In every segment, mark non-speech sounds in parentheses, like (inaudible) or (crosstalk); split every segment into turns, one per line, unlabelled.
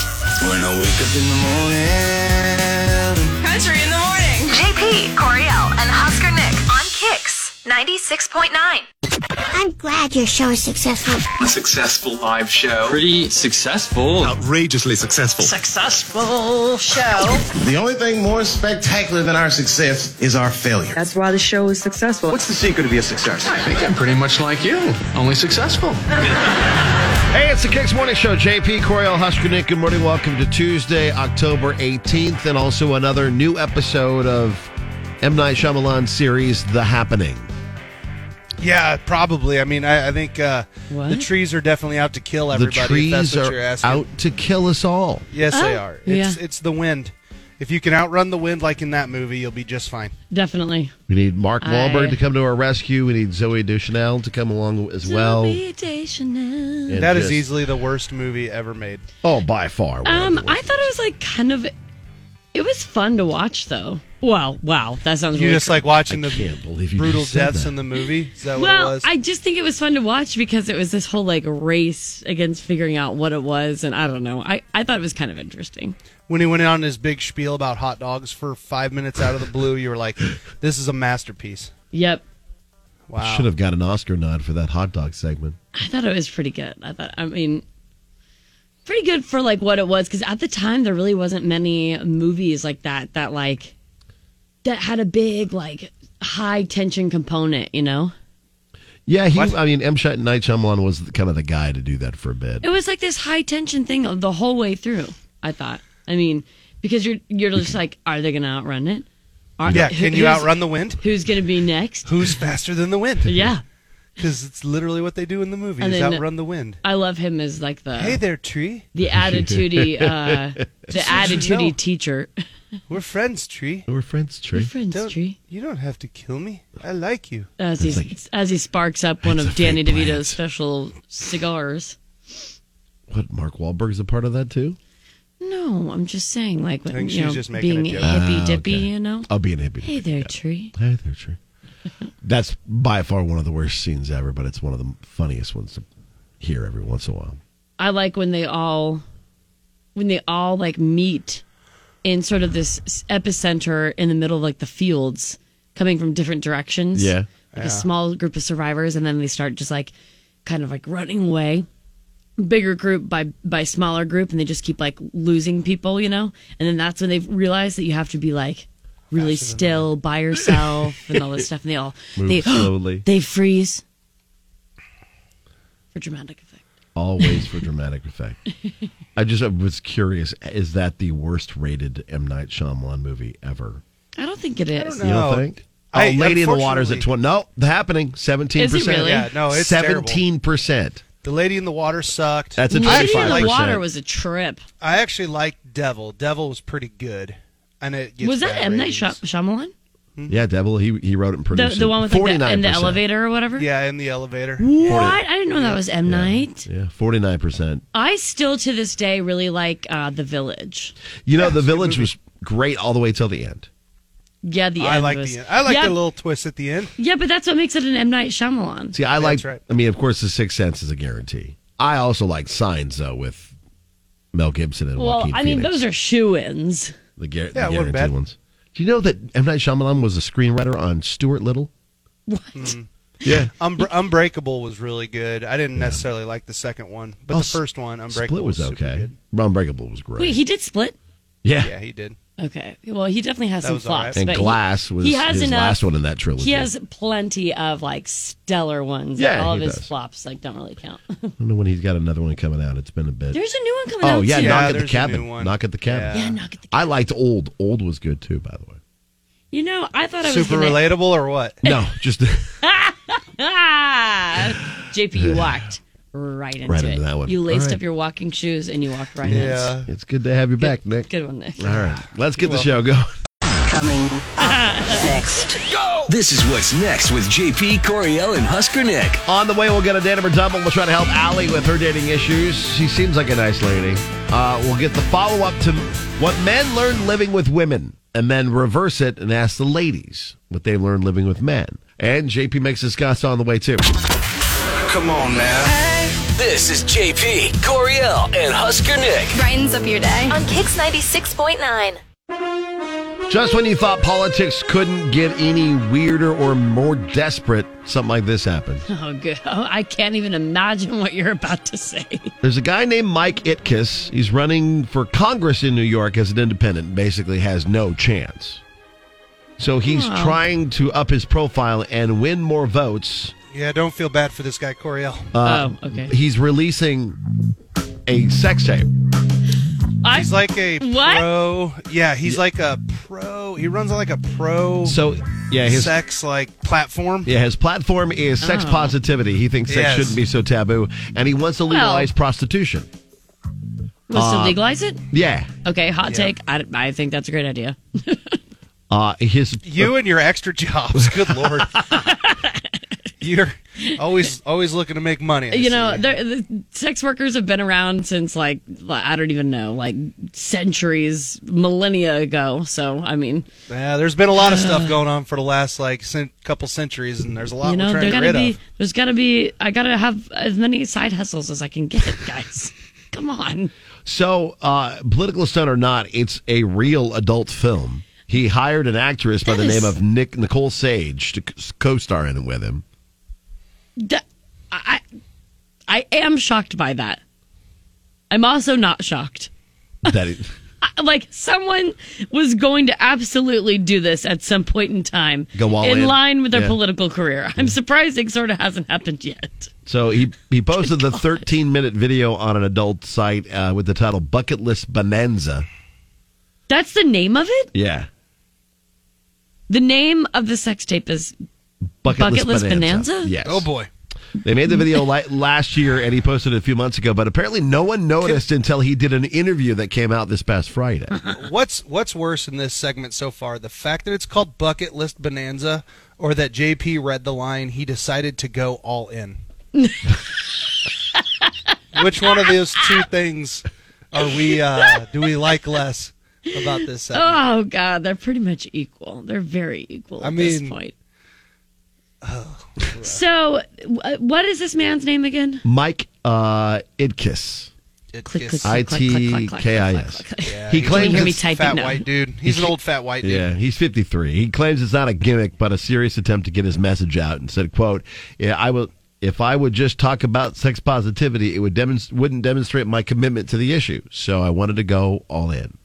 When I wake up in the morning.
Country in the morning.
JP, Coriel, and Husker Nick on Kicks 96.9.
I'm glad your show is successful.
a successful live show.
pretty successful.
outrageously successful.
successful show.
The only thing more spectacular than our success is our failure.
That's why the show is successful.
What's the secret to be a success?
I think I'm pretty much like you, only successful.
Hey, it's the Kicks Morning Show. JP Coriel Husker Nick. Good morning. Welcome to Tuesday, October 18th, and also another new episode of M. Night Shyamalan's series, The Happening.
Yeah, probably. I mean, I, I think uh,
What?
the trees are definitely out to kill
the
everybody. if that's
trees
what
are
you're asking.
out to kill us all.
Yes, they
Oh,
are. It's
yeah.
it's the wind. If you can outrun the wind like in that movie, you'll be just fine.
Definitely.
We need Mark
I-
Wahlberg to come to our rescue. We need Zoe Deschanel to come along as well. And
That is
just-
easily the worst movie ever made.
Oh, by far. one of
Um,
the worst.
I thought it was like kind of. It was fun to watch, though. Wow, wow, that sounds
You
really
just like watching the
can't believe you
brutal
just said
deaths
that.
in the movie. Is that what it
Well,
was?
I just think it was fun to watch because it was this whole like race against figuring out what it was, and I don't know. I I thought it was kind of interesting.
when he went on his big spiel about hot dogs for five minutes out of the blue, you were like, "This is a masterpiece."
Yep,
Wow.
Should have got an Oscar nod for that hot dog segment.
I thought it was pretty good. I thought, I mean, pretty good for like what it was because at the time there really wasn't many movies like that that like that had a big like high tension component. You know,
Yeah, he. I mean, M. Night Night Shyamalan was the- kind of the guy to do that for a bit.
it was like this high tension thing the whole way through. I thought. I mean, because you're you're just like, are they gonna outrun it? Are,
Yeah.
who-
Can you
who's-
outrun the wind?
Who's gonna be
(laughs)
next?
Who's faster than the wind?
Yeah,
Because it's literally what they do in the movie:
And
is
then-
outrun the wind.
I love him as like the
Hey there, tree.
the
(laughs)
attitudey uh, the attitudey
know.
teacher.
We're friends, tree.
We're friends, Tree.
(laughs) Friends
Don't-
tree.
You don't have to kill me. I like you.
as he as he sparks up one
That's
of
a
Danny
fake
DeVito's
plant.
special cigars.
What? Mark Wahlberg's a part of that too.
No, I'm just saying, like when,
think
you
she's
know,
just making a
being
joke.
hippy
Ah,
dippy,
okay.
you know.
I'll be an hippie.
Hey there, tree.
Hey there,
(laughs)
Tree. That's by far one of the worst scenes ever, but it's one of the funniest ones to hear every once in a while.
I like when they all when they all like meet in sort of this epicenter in the middle of like the fields coming from different directions.
Yeah.
Like a small group of survivors and then they start just like kind of like running away. Bigger group by by smaller group and they just keep like losing people, you know? And then that's when they realize that you have to be like really still by yourself (laughs) and all this stuff and they all
Move
(gasps) they
slowly.
they freeze for dramatic effect.
Always for dramatic
(laughs)
effect. I just I was curious. Is that the worst rated M Night Shyamalan movie ever?
I don't think it is.
You don't
No.
think? Oh,
I-
Lady in the Water's at
unfortunately-
twenty. No, the happening seventeen percent.
really?
Yeah, no, it's terrible.
seventeen percent.
The Lady in the Water sucked.
That's a
Lady
twenty-five
in
percent.
the Water was a trip.
I actually liked Devil. Devil was pretty good, and it gets
was that
bad
M Night Shy-
ratings.
Shyamalan?
Yeah, Devil. He he wrote it and
The,
produced
the one with like the, in the
49%.
elevator or whatever.
Yeah, in the elevator.
What? I didn't know that was M Night.
Yeah, forty nine percent.
I still to this day really like uh, The Village.
You know, The Village was great all the way till the end.
Yeah, the
I
end
like
was-
the I like
yeah,
the little twist at the end.
Yeah, but that's what makes it an M Night Shyamalan.
See, I like.
right.
I mean, of course, The Sixth Sense is a guarantee. I also like Signs though with Mel Gibson and
Well,
Joaquin
I mean,
Phoenix,
those are shoe-ins. (laughs)
the, gar-
Yeah, it
the
wasn't
guaranteed
bad.
ones. Do you know that M Night Shyamalan was a screenwriter on Stuart Little?
What?
Mm-hmm. Yeah,
Unbr- Unbreakable was really good. I didn't necessarily like the second one, but the first one, Unbreakable,
Oh, Split was
super
okay.
good.
Unbreakable was great.
Wait, he did Split.
yeah.
Yeah, he did.
Okay. Well, he definitely has
That
some
was all right.
flops.
and
but he-
Glass was
he has
his
enough-
last one in that trilogy.
He has plenty of like stellar ones.
Yeah,
all of
he
his
does.
flops like don't really count. (laughs)
I don't know when he's got another one coming out. It's been a bit.
There's a new one coming
oh
out.
yeah,
too.
no.
Knock at the
there's a new
Cabin.
one.
Knock at the Cabin.
Yeah.
Yeah, knock at the
I liked Old. Old was good too, by
(laughs)
the way.
You know, I thought I was
Super
gonna,
relatable or what?
No, just (laughs)
(laughs) Ah, JP, you walked right into,
Right into
it.
that one.
You laced
All right.
up your walking shoes and you walked right in.
Yeah.
it's good to have you back, Nick.
Good one, Nick.
All right, let's get the show going.
This is what's next with JP Coriel and Husker Nick.
On the way, we'll get a Danamer double. We'll try to help Allie with her dating issues. She seems like a nice lady. Uh, we'll get the follow up to what men learn living with women, and then reverse it and ask the ladies what they've learned living with men. And JP makes us guess on the way too.
Come on now.
This is JP, Coriel, and Husker Nick.
Brightens up your day. On Kicks 96.9.
Just when you thought politics couldn't get any weirder or more desperate, something like this happened.
(laughs) Oh, good. Oh, I can't even imagine what you're about to say.
There's a guy named Mike Itkus. He's running for Congress in New York as an independent, basically has no chance. So he's trying to up his profile and win more votes.
Yeah, don't feel bad for this guy, Coriel.
Um, Uh,
oh, okay.
He's releasing a sex tape.
I,
He's like a
What?
pro. Yeah, he's like a pro. He runs on like a pro
So yeah, his
sex like platform.
yeah, his platform is sex
Oh.
positivity. He thinks sex
Yes.
shouldn't be so taboo and he wants to legalize prostitution.
wants to legalize it?
uh, Yeah.
Okay, hot take. I, I think that's a
(laughs)
great idea.
Uh his
You and your extra jobs. Good
(laughs)
lord. You're always always looking to make money. I
you know,
see.
there, the sex workers have been around since like I don't even know, like centuries, millennia ago. So I mean,
yeah, there's been a lot of stuff going on for the last like cent- couple centuries, and there's a lot
you know,
we're
there
trying to
gotta
get rid
be,
of.
there's gotta be. I gotta have as many side hustles as I can get, guys. Come on.
So, uh, political stunt or not, it's a real adult film. He hired an actress by
That
the
is-
name of Nick Nicole Sage to c- co-star in it with him.
D- I, I am shocked by that. I'm also not shocked.
That it, (laughs)
I- Like someone was going to absolutely do this at some point in time,
Go all
in
in.
line with their
Yeah.
political career. I'm surprised it sort of hasn't happened yet.
so he he posted the 13 minute video on an adult site uh, with the title "Bucket List Bonanza."
That's the name of it.
Yeah,
The name of the sex tape is
Bucket,
Bucket List Bonanza?
Yes.
Oh boy.
They made the video li- last year, and he posted it a few months ago. But apparently, no one noticed until he did an interview that came out this past
(laughs)
Friday.
What's what's worse in this segment so far? The fact that it's called Bucket List Bonanza or that JP read the line he decided to go
(laughs)
all in. Which one of those two things are we uh do we like less about this segment?
Oh God, they're pretty much equal. They're very equal at
I
this
mean- (sighs) Oh,
point. so, w- uh, what is this man's name again?
Mike uh, Idkiss.
It
Oh, Click,
kiss-
click, click, click, click, click, click,
ITKIS.
click, click, click.
Yeah,
He
he's
claims
Can you hear me
it's-
typing?
fat
No.
white dude. He's an old fat white dude.
Yeah, he's 53. He claims it's not a gimmick, but a serious attempt to get his message out, and said, "quote Yeah, I will. If I would just talk about sex positivity, it would demonst- wouldn't demonstrate my commitment to the issue. So I wanted to go all in."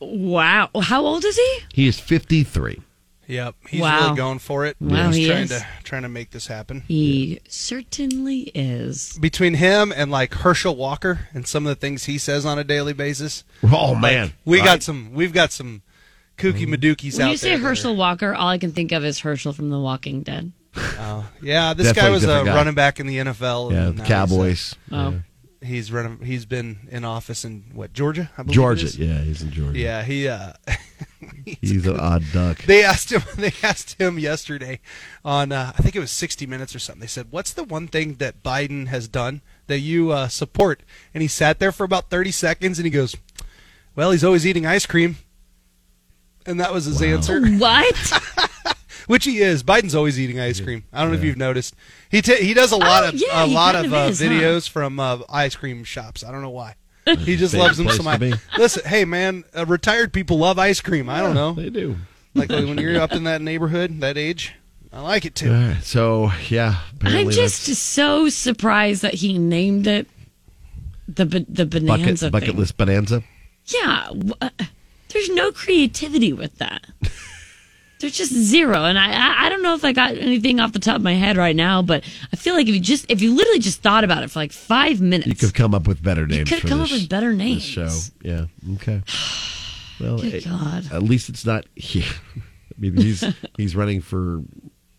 Wow. How old is he?
He is 53.
Yep. He's
Wow.
really going for it.
Wow,
he's
he
trying
is.
to trying to make this happen.
He certainly is.
Between him and like Herschel Walker and some of the things he says on a daily basis,
Oh man,
We
Right. Mm-hmm.
got some. We've got some kooky madookies
When
out
you say
there. that are-
Herschel Walker, all I can think of is Herschel from The Walking Dead.
yeah, this
Definitely
guy was a
different guy.
running back in the NFL.
yeah,
and
the
now
Cowboys,
Oh,
He's, uh, he's running. He's been in office in what Georgia? I believe it
Georgia.
is.
Yeah, he's in Georgia.
Yeah, he. Uh,
he's an odd duck.
they asked him. (laughs) They asked him yesterday on. Uh, I think it was 60 Minutes or something. They said, "What's the one thing that Biden has done that you uh, support?" And he sat there for about 30 seconds, and he goes, "Well, he's always eating ice cream." And that was his answer.
what? (laughs)
which he is. Biden's always eating ice cream. I don't know if you've noticed. He ta he does a lot
Oh,
of
yeah,
a
he
lot
kind
of,
of
uh,
is, huh?
videos from uh, ice cream shops. I don't
(laughs)
know why. He just
favorite
loves him
place
some
to
ice.
be.
Listen, hey man, uh, retired people love ice cream. I don't know.
They do.
Like when you're up in that neighborhood, that age, I like it too.
All right, so yeah, apparently
I'm just
that's
so surprised that he named it the ba- the
bucket
bonanza
bucket
thing.
list bonanza.
Yeah, wh- uh, there's no creativity with that. There's just zero, and I, I I don't know if I got anything off the top of my head right now, but I feel like if you just if you literally just thought about it for like five minutes,
You could have come up with better names.
could've
for
come
this-
up with better
this
names.
Show, yeah, okay. (sighs) Well,
Good
it-
God.
at least it's not here. (laughs) I mean,
(laughs)
he's he's running for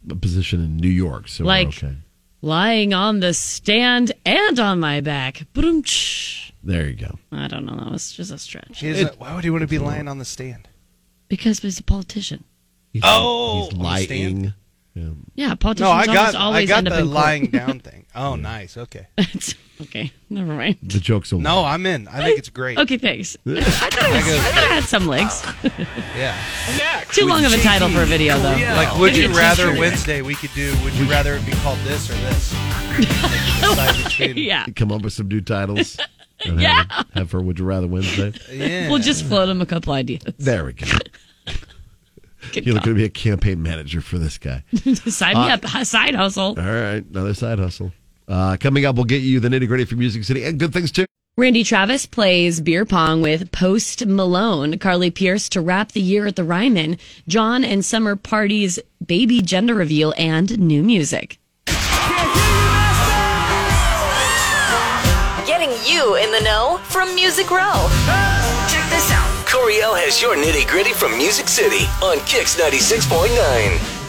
a position in New York, so we're
Like-
okay.
lying on the stand and on my back. Ba-dum-tsh.
There you go.
I don't know. That was just a stretch
He doesn't- why would he want to be lying on the stand?
because he's a politician.
He's,
Oh,
he's
on the stand?
lying
Yeah, politicians
No, I got
almost
I
always
got
end up
the
in court.
lying down thing. Oh, nice. Okay.
It's- (laughs) okay, never mind.
The joke's over.
No, I'm in. I think it's great.
Okay,
(laughs)
thanks. (laughs) I thought it, was, I thought it had some legs.
Yeah.
Too long of a title for a video, though.
Like, would
Maybe
you
a
rather
t-shirt.
Wednesday? We could do. Would you rather it be called this or
(laughs)
this? Decide between-
yeah.
Come up with some new
(laughs)
titles. and have-
Yeah.
Have her Would You Rather
(laughs)
Wednesday.
Yeah.
We'll just float him a couple ideas.
There we go.
Good
You're
call.
going to be a campaign manager for this guy.
Sign me up. (laughs) (laughs) Side hustle.
All right. Another side hustle. Uh, coming up, we'll get you the nitty gritty for Music City and good things too.
Randy Travis plays beer pong with Post Malone, Carly Pierce to wrap the year at the Ryman, John and Summer Party's baby gender reveal, and new music.
Getting you in the know from Music Row. Check this out.
Coriel has your nitty gritty from Music City on Kix 96.9.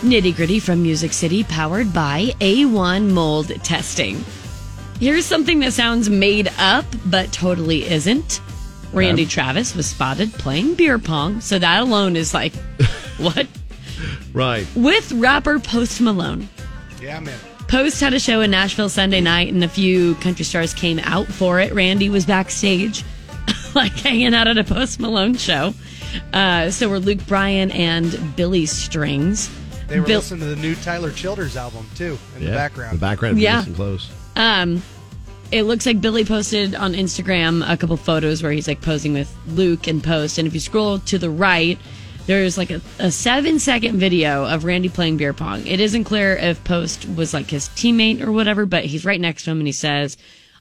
Nitty gritty from Music City, powered by A1 mold testing. Here's something that sounds made up, but totally isn't. Randy Travis was spotted playing beer pong, so that alone is like, (laughs) what?
Right.
With rapper Post Malone.
Yeah, man.
Post had a show in Nashville Sunday night, and a few country stars came out for it. Randy was backstage, (laughs) like hanging out at a Post Malone show. Uh, so were Luke Bryan and Billy Strings.
They were
Bill-
listening to the new Tyler Childers album too in the background.
The background.
Yeah.
Yeah. Close.
Um, it looks like Billy posted on Instagram a couple photos where he's like posing with Luke and Post. And if you scroll to the right, there's like a, a seven second video of Randy playing beer pong. It isn't clear if Post was like his teammate or whatever, but he's right next to him and he says,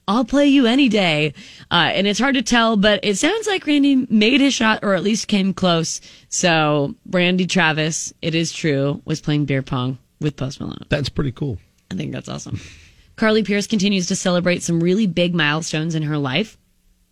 I'll play you any day. Uh, and it's hard to tell, but it sounds like Randy made his shot or at least came close. So Randy Travis, it is true, was playing beer pong with Post Malone.
That's pretty cool.
I think that's awesome. Carly Pierce continues to celebrate some really big milestones in her life.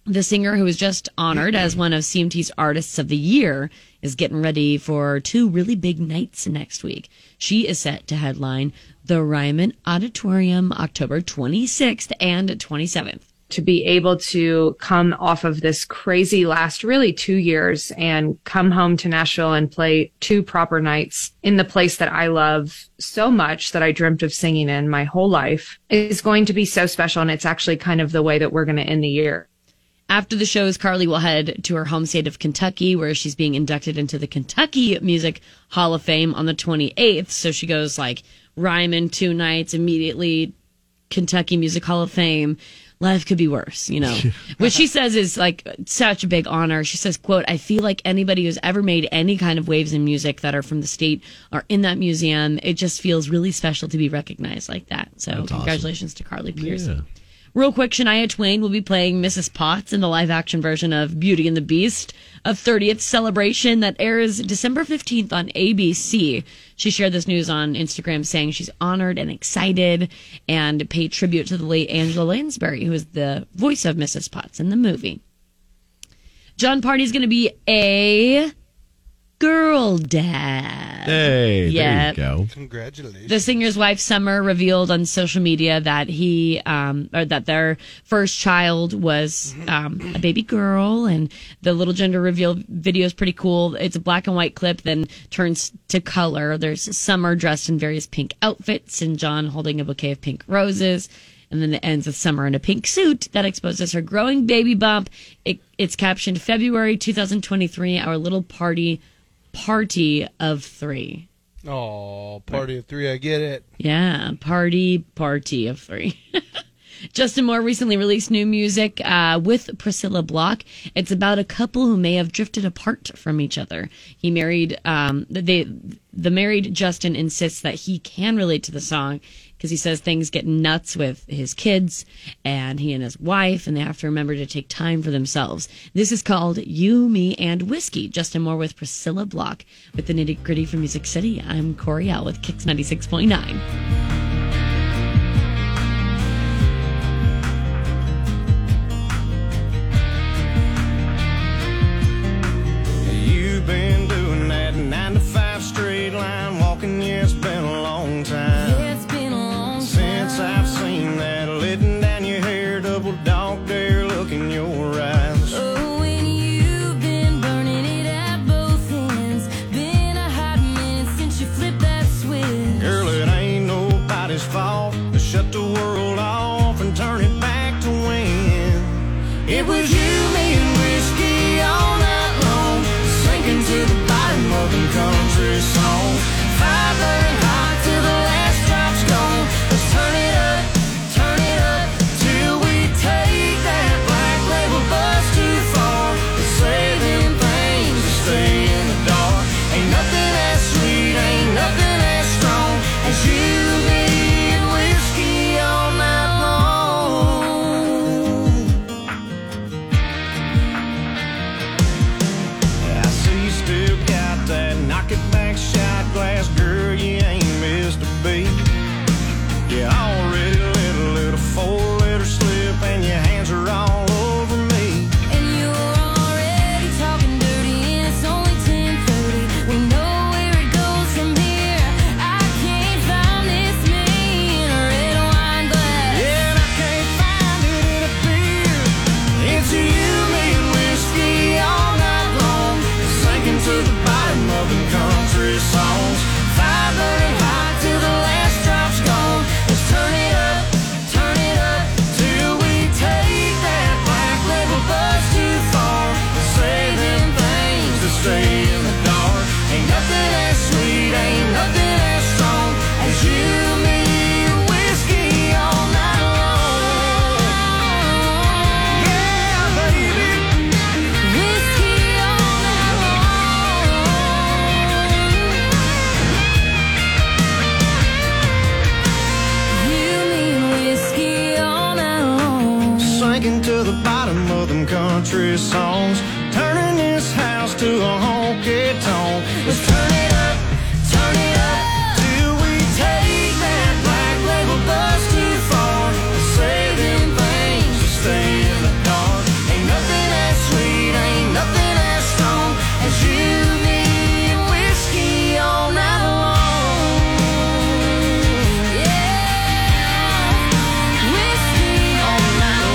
The singer, who was just honored as one of CMT's Artists of the Year, is getting ready for two really big nights next week. She is set to headline the Ryman Auditorium October 26th and 27th.
to be able to come off of this crazy last really two years and come home to Nashville and play two proper nights in the place that I love so much that I dreamt of singing in my whole life is going to be so special. And it's actually kind of the way that we're going to end the year.
After the shows, Carly will head to her home state of Kentucky, where she's being inducted into the Kentucky Music Hall of Fame on the 28th. So she goes like Ryman two nights, immediately Kentucky Music Hall of Fame. Life could be worse, you know. Which she says is like such a big honor. She says, quote, I feel like anybody who's ever made any kind of waves in music that are from the state are in that museum. It just feels really special to be recognized like that. So congratulations to Carly Pierce. Real quick, Shania Twain will be playing Mrs. Potts in the live action version of Beauty and the Beast, a 30th celebration that airs December 15th on ABC. She shared this news on Instagram saying she's honored and excited and paid tribute to the late Angela Lansbury, who is the voice of Mrs. Potts in the movie. John Party's going to be a girl dad.
Hey,
Yeah.
there you go.
Congratulations.
The singer's wife Summer revealed on social media that he um, or that their first child was um, a baby girl, and the little gender reveal video is pretty cool. It's a black and white clip, then turns to color. There's Summer dressed in various pink outfits, and John holding a bouquet of pink roses. And then it ends with Summer in a pink suit that exposes her growing baby bump. It, it's captioned February 2023, our little party, party of three.
oh, party of three. I get it.
Yeah, party, party of three. (laughs) Justin Moore recently released new music uh, with Priscilla Block. It's about a couple who may have drifted apart from each other. He married um, they the married Justin insists that he can relate to the song because he says things get nuts with his kids and he and his wife, and they have to remember to take time for themselves. This is called "You, Me, and Whiskey." Justin Moore with Priscilla Block with the nitty gritty from Music City. I'm Corey Al with Kicks ninety six point nine.
You've been doing that nine to five straight line walking. Yeah, it's been a long time. it's been a long since I've seen that. Letting down your hair, double dog there, look in your eyes.
Oh, and you've been burning it at both ends. Been a hot minute since you flipped that switch.
Girl, country songs. Turning this house to a honky tonk. Let's turn it up, turn it up, till we take that black label bus too far. Say them things that stay in the dark. Ain't nothing as sweet, ain't nothing as strong as you, me, and whiskey all night long. Yeah, whiskey all night long.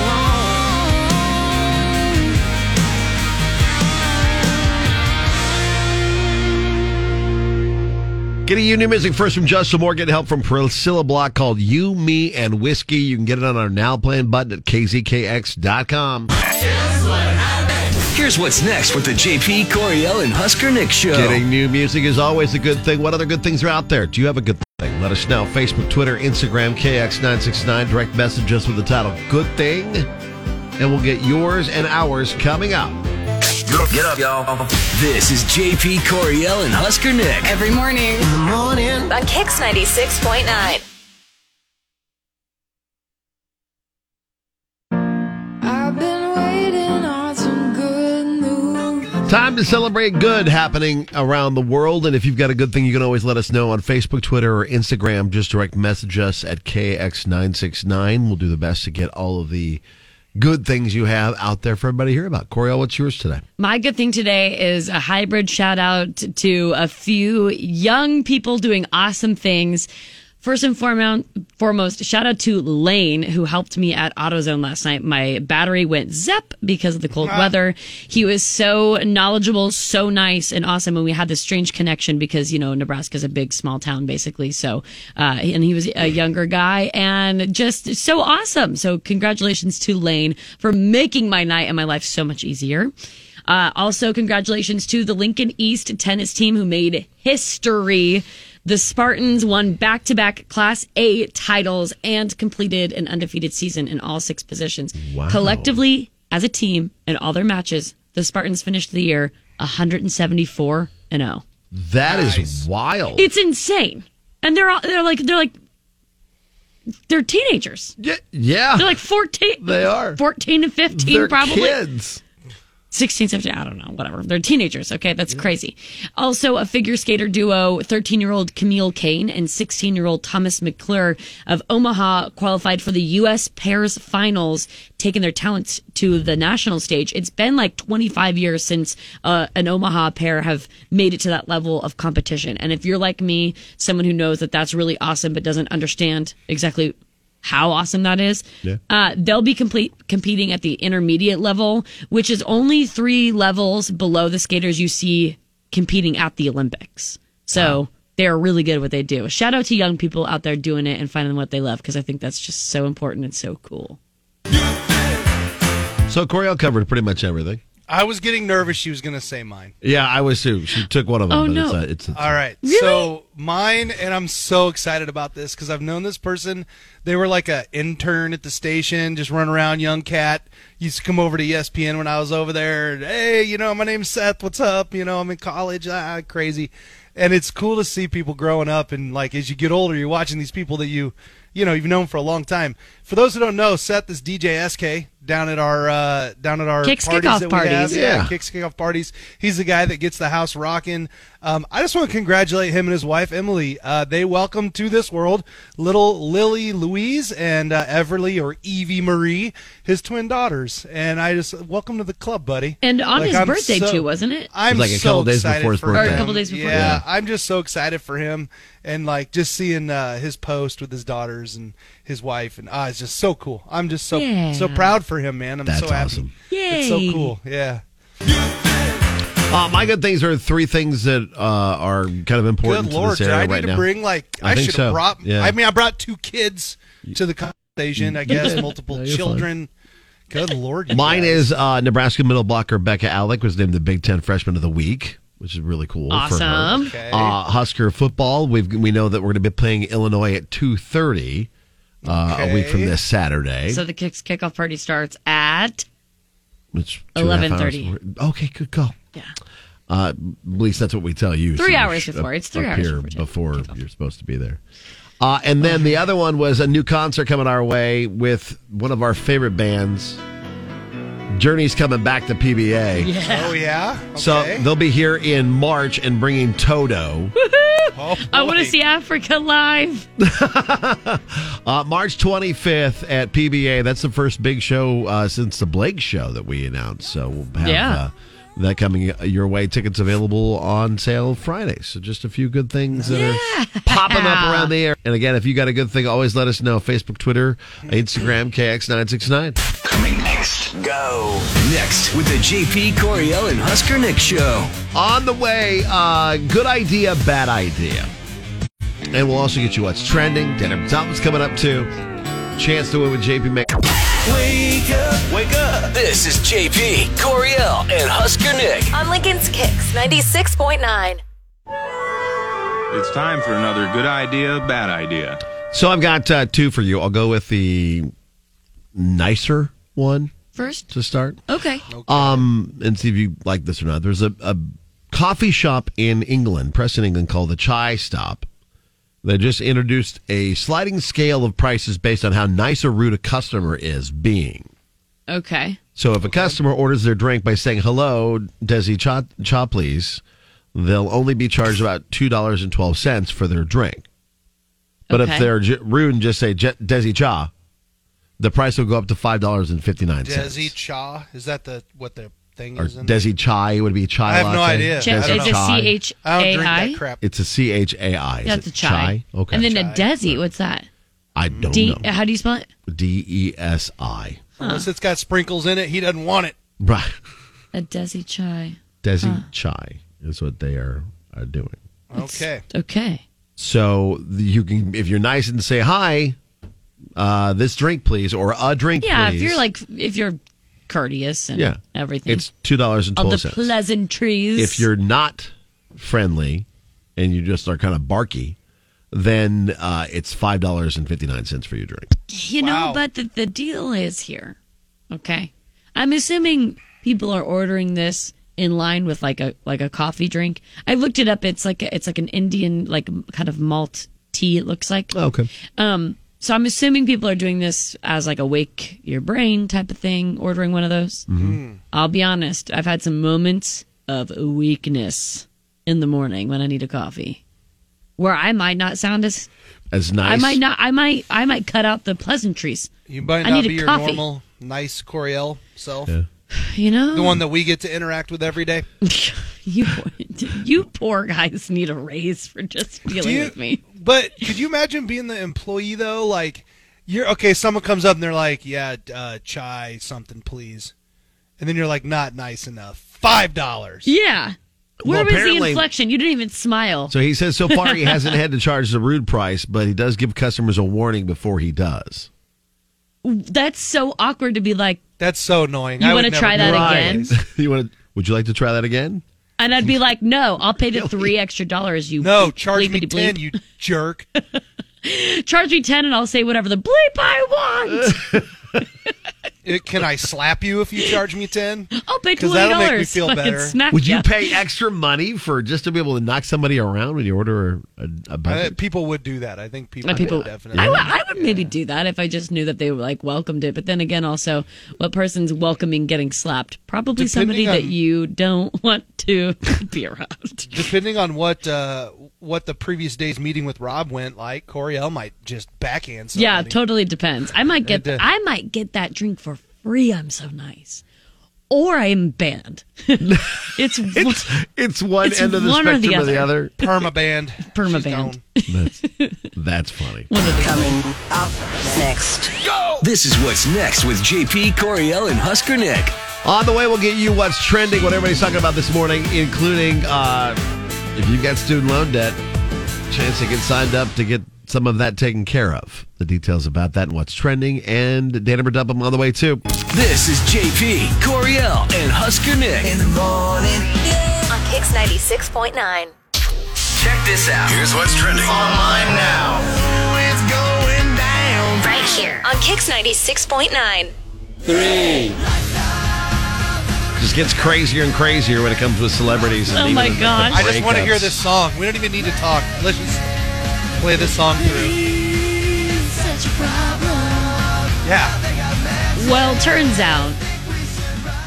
Getting you new music first from Justin Moore. Getting help from Priscilla Block called You, Me, and Whiskey. You can get it on our Now Playing button at kzkx.com.
Here's what's next with the JP Coriel and Husker Nick show.
Getting new music is always a good thing. What other good things are out there? Do you have a good thing? Let us know. Facebook, Twitter, Instagram, KX969. Direct message us with the title Good Thing. And we'll get yours and ours coming up.
Get up, get up, y'all. This is JP Coriel and Husker Nick.
Every morning. In the morning. On Kicks 96.9.
I've been waiting on some good news.
Time to celebrate good happening around the world. And if you've got a good thing, you can always let us know on Facebook, Twitter, or Instagram. Just direct message us at KX969. We'll do the best to get all of the good things you have out there for everybody to hear about. Coriel, what's yours today?
My good thing today is a hybrid shout out to a few young people doing awesome things. First and foremo- foremost, shout out to Lane, who helped me at AutoZone last night. My battery went zep because of the cold
Ah.
weather. He was so knowledgeable, so nice, and awesome. And we had this strange connection because, you know, Nebraska's a big, small town, basically. So, uh, and he was a younger guy and just so awesome. So, congratulations to Lane for making my night and my life so much easier. Uh, also, congratulations to the Lincoln East tennis team who made history. The Spartans won back to back Class A titles and completed an undefeated season in all six positions.
Wow.
Collectively, as a team, in all their matches, the Spartans finished the year 174 and 0.
That is wild.
It's insane. And they're all, they're like they're like they're teenagers.
Yeah, yeah.
They're like 14
They are.
14 to 15
They're
probably.
kids.
16, 17, I don't know, whatever. They're teenagers, okay? That's crazy. Also, a figure skater duo, 13 year old Camille Kane and 16 year old Thomas McClure of Omaha qualified for the U.S. pairs finals, taking their talents to the national stage. It's been like 25 years since uh, an Omaha pair have made it to that level of competition. And if you're like me, someone who knows that that's really awesome but doesn't understand exactly how awesome that is.
Yeah.
Uh, they'll be complete competing at the intermediate level, which is only three levels below the skaters you see competing at the Olympics. So they're really good at what they do. Shout out to young people out there doing it and finding what they love because I think that's just so important and so cool.
So Coriel covered pretty much everything.
I was getting nervous she was going to say mine.
Yeah, I was too. She took one of them.
Oh,
but
no.
It's, uh, it's, it's,
All right. So mine, and I'm so excited about this because I've known this person. They were like a intern at the station, just run around, young cat. Used to come over to E ESPN when I was over there. and, Hey, you know, my name's Seth. What's up? You know, I'm in college. Ah, crazy. And it's cool to see people growing up, and like as you get older, you're watching these people that you, you know, you've known for a long time. For those who don't know, Seth is DJ SK down at our uh, down at our
Kicks
parties
kickoff
that we
parties.
have.
Yeah.
kicks kickoff parties. He's the guy that gets the house rocking. Um, I just want to congratulate him and his wife Emily. Uh, they welcome to this world little Lily Louise and uh, Everly or Evie Marie, his twin daughters. And I just welcome to the club, buddy.
And on
Like,
his
I'm
birthday
so-
too, wasn't it?
I'm
Like a
so
couple days
excited
before his
for
birthday.
him.
Or a couple days before.
Yeah,
Yeah.
I'm just so excited for him, and like just seeing uh, his post with his daughters and his wife, and ah, it's just so cool. I'm just so
Yeah.
so proud for him, man. I'm
That's
so happy.
awesome.
It's so
Yay.
cool. Yeah.
Uh, my good things are three things that uh, are kind of important
Good
to
lord,
this
did
area
I need
right
to
now.
bring like I,
think
should
so.
have brought?
Yeah.
I mean, I brought two kids to the
(laughs)
conversation. I guess
Yeah.
multiple
No, you're fine.
children. Good lord, you
Mine
guys.
is uh, Nebraska middle blocker Becca Alec was named the Big Ten Freshman of the Week, which is really cool. For her.
Awesome.
Okay.
Uh, Husker football. We we know that we're going to be playing Illinois at two thirty uh, a week from
Okay.
this Saturday.
So the kicks kickoff party starts at
which two and a half hours
11:30.
before- Okay, good call.
Yeah.
Uh, at least that's what we tell you.
Three
you
hours
should
before.
up-
It's three
up
hours
here before, you're supposed to be there. Uh, and then the other one was a new concert coming our way with one of our favorite bands, Journey's coming back to PBA.
Oh yeah.
So they'll be here in March and bringing Toto.
Oh,
I want to see Africa live.
Uh, March 25th at PBA. That's the first big show uh, since the Blake show that we announced. So we'll have
Yeah.
uh, that coming your way. Tickets available on sale Friday. So just a few good things that are popping up around the air. And again, if you got a good thing, always let us know. Facebook, Twitter, Instagram, KX969.
Coming next. Go. Next with the JP Coriel and Husker Nick show.
On the way, uh, good idea, bad idea. And we'll also get you what's trending. Denim Thomas coming up too. Chance to win with JP May.
Wake up, wake up. This is JP Coriel and Husker Nick.
On Lincoln's Kicks 96.9.
It's time for another good idea, bad idea.
So I've got uh, two for you. I'll go with the nicer one
first
to start.
Okay.
Um, and see if you like this or not. There's a, a coffee shop in England, Preston, England, called the Chai Stop. They just introduced a sliding scale of prices based on how nice or rude a customer is being.
Okay.
So if a customer orders their drink by saying "Hello, Desi Cha, cha please," they'll only be charged about two dollars and twelve cents for their drink. But
Okay.
if they're j- rude and just say "Je- "Desi Cha," the price will go up to five dollars and fifty nine cents.
Desi Cha is that the what the thing
Or
is? In there?
Desi Chai would be chai.
I have no
latte.
idea.
Ch- is it
Chai.
C H
I don't
A
Oh, drink that
I?
crap.
It's a C H A I. Is
That's a
it
chai.
Okay. Oh,
And then a desi. What's that?
I don't
D.
know.
How do you spell it?
D E S I.
Unless it's got sprinkles in it, he doesn't want it.
Right.
A desi chai.
Desi
Huh.
Chai is what they are are doing.
Okay.
Okay.
So the- you can, if you're nice and say hi, uh, this drink, please, or a drink,
Yeah.
please.
If you're like, if you're courteous and
yeah,
everything,
It's two dollars and
all the
twelve cents.
pleasantries.
If you're not friendly and you just are kind of barky, then uh, it's five dollars and fifty nine cents for your drink.
You know, but the, the deal is here. Okay. I'm assuming people are ordering this in line with like a like a coffee drink. I looked it up. It's like a, it's like an Indian like m- kind of malt tea it looks like.
okay.
Um so I'm assuming people are doing this as like a wake your brain type of thing, ordering one of those.
Mm-hmm.
Mhm.
I'll be honest, I've had some moments of weakness in the morning when I need a coffee where I might not sound as
As nice,
I might not. I might. I might cut out the pleasantries.
You might
I
not
need a
be your
coffee.
normal nice Coriel self.
You know,
The one that we get to interact with every day.
(laughs) you you poor guys need a raise for just
Do
dealing
you-
with me.
But could you imagine being the employee though? Like you're okay. Someone comes up and they're like, "Yeah, uh, chai something, please," and then you're like, "Not nice enough." Five dollars.
Yeah.
Well,
Where was the
apparently-
inflection? You didn't even smile.
So he says so far he
(laughs)
hasn't had to charge the rude price, but he does give customers a warning before he does.
That's so awkward to be like,
That's so annoying.
You
I would
wanna
never
try
do
that again?
(laughs) you want? to? Would you like to try that again?
and I'd be like, no, I'll pay
(laughs)
the three extra dollars. You
No,
bleep,
charge me
bleepity
ten,
bleep.
you jerk.
(laughs) charge me ten, and I'll say whatever the bleep I
(laughs)
want.
It- can I slap you if you charge
(laughs)
me ten?
I'll pay
Because
twenty
that'll make me
dollars.
feel better.
(laughs) Would you pay extra money for just to be able to knock somebody around when you order a, a
I,
bucket?
people would do that. I think people,
Like people,
would definitely.
I, w- I would maybe do that if I just knew that they were like welcomed it. But then again, also, what person's welcoming getting slapped? Probably somebody
Depending
that
on-
you don't (laughs) want to be around.
Depending on what uh, what the previous day's meeting with Rob went like, Coriel might just backhand somebody.
yeah, totally depends. I might get
It, uh,
I might get that drink for free. I'm so nice, or I am banned. (laughs)
(laughs)
it's it's,
it's one end of the
one or
spectrum or the
(laughs)
other.
Permaband.
Permaband.
That's, that's funny.
Coming
up next. Go. This is what's next with JP Coriel and Husker Nick.
On the way, we'll get you what's trending, what everybody's talking about this morning, including uh, if you've got student loan debt, chance to get signed up to get some of that taken care of. The details about that and what's trending, and Dan number dump 'em on the way too.
This is JP Coriel and Husker Nick. In the morning.
On Kicks 96.9.
Check this out. Here's what's trending online now.
It's going down. Right here. On Kicks 96.9.
Three. Just gets crazier and crazier when it comes with celebrities. And
Oh
even
my
the- the
gosh.
I just want to hear
breakups.
this song. We don't even need to talk. Let's just play this song through.
Such a problem.
Yeah.
Well, turns out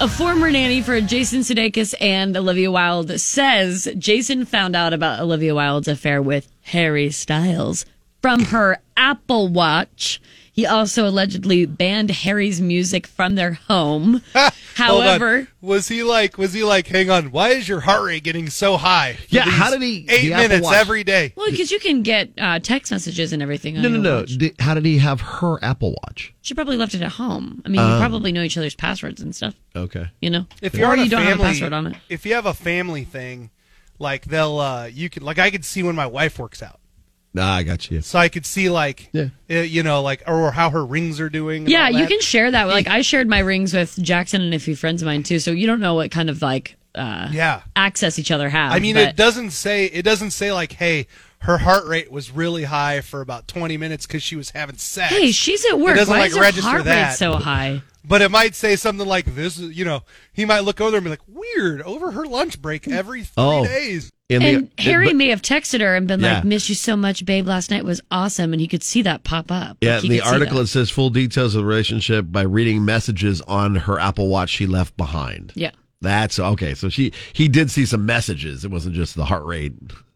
A former nanny for Jason Sudeikis and Olivia Wilde says Jason found out about Olivia Wilde's affair with Harry Styles from her Apple Watch. He also allegedly banned Harry's music from their
(laughs)
home.
Hold on.
However,
was he like? Was he like? Hang on. Why is your heart rate getting so high? for
Yeah,
these
how did he-
Eight
the Apple
minutes
Watch-
every day.
well, because you can get uh, text messages and everything. On
No, no,
your
no.
watch.
Di- how did he have her Apple Watch?
She probably left it at home. I mean, you
Um.
probably know each other's passwords and stuff.
Okay.
You know,
If
Or
you're on a
you don't
family,
have a password on it.
if you have a family thing, like they'll uh you can like I could see when my wife works out,
Nah, I got you.
so I could see like eh,
yeah.
you know like or how her rings are doing. and
Yeah,
all
you
that.
can share that.
(laughs)
Like I shared my rings with Jackson and a few friends of mine too, so you don't know what kind of like uh
Yeah.
access each other have.
I mean,
Um, but
it doesn't say it doesn't say like, hey, her heart rate was really high for about twenty minutes because she was having sex.
Hey, she's at work.
It doesn't
Why
like
is her
register
heart rate
that
so high.
But it might say something like this. is- You know, he might look over and be like, weird. Over her lunch break every three
Oh.
days.
In the-
and Harry may have texted her and been
Yeah.
like, "Miss you so much, babe. Last night was awesome," and he could see that pop up.
Yeah,
Like, he
in the
could see
article
that.
it says full details of the relationship by reading messages on her Apple Watch she left behind.
Yeah.
That's okay. So she he did see some messages. It wasn't just the heart rate.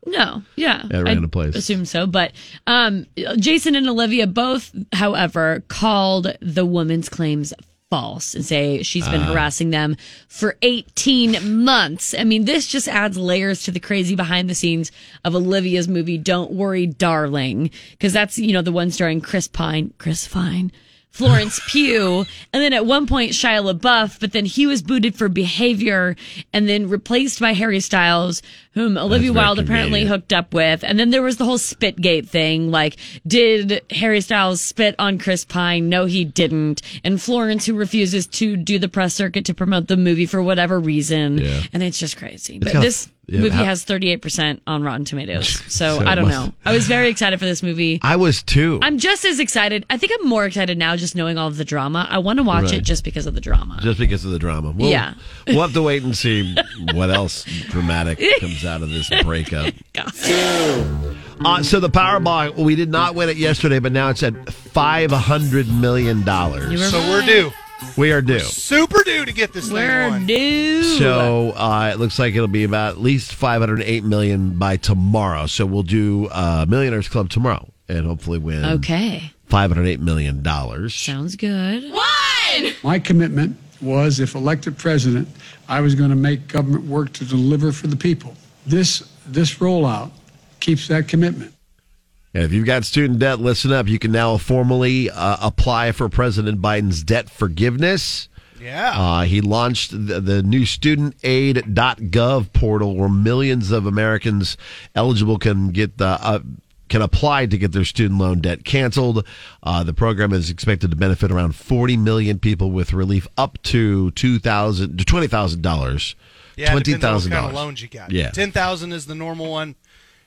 No, yeah,
At random place.
Assume so, but um, Jason and Olivia both, however, called the woman's claims false and say she's been
Ah.
harassing them for 18 months. I mean, this just adds layers to the crazy behind the scenes of Olivia's movie Don't Worry Darling because that's, you know, the one starring Chris Pine, Chris Fine.
(laughs)
Florence Pugh, and then at one point Shia LaBeouf, but then he was booted for behavior and then replaced by Harry Styles, whom Olivia
very
Wilde apparently
convenient.
hooked up with. And then there was the whole Spitgate thing. Like, did Harry Styles spit on Chris Pine? No, he didn't. And Florence, who refuses to do the press circuit to promote the movie for whatever reason.
Yeah.
And it's just crazy.
It's
But
got-
this
yeah,
movie
how-
has 38% on
(laughs)
Rotten Tomatoes. So,
So it
I don't
must-
know. I was very excited for this movie.
I was too.
I'm just as excited. I think I'm more excited now just knowing all of the drama. I want to watch
Right.
it just because of the drama.
just because of the drama. We'll,
Yeah.
We'll have to wait and see what else
(laughs)
dramatic comes out of this breakup. Uh, so the Powerball, we did not win it yesterday, but now it's at $500 million.
So we're due.
We are due.
Super due to get this thing
We're
won.
due.
So uh, it looks like it'll be about at least 508 million by tomorrow. So we'll do uh, Millionaires Club tomorrow and hopefully win
Okay.
508 million dollars.
Sounds good.
My commitment was if elected president, I was going to make government work to deliver for the people. This, this rollout keeps that commitment.
And if you've got student debt, listen up. You can now formally uh, apply for President Biden's debt forgiveness.
Yeah.
Uh, he launched the, the new studentaid.gov portal where millions of Americans eligible can get the. Uh, can apply to get their student loan debt canceled. Uh, the program is expected to benefit around 40 million people with relief up to two thousand to twenty thousand dollars.
Yeah, it
twenty
depends on what
thousand
kind of
dollars
loans you got.
Yeah,
ten thousand is the normal one.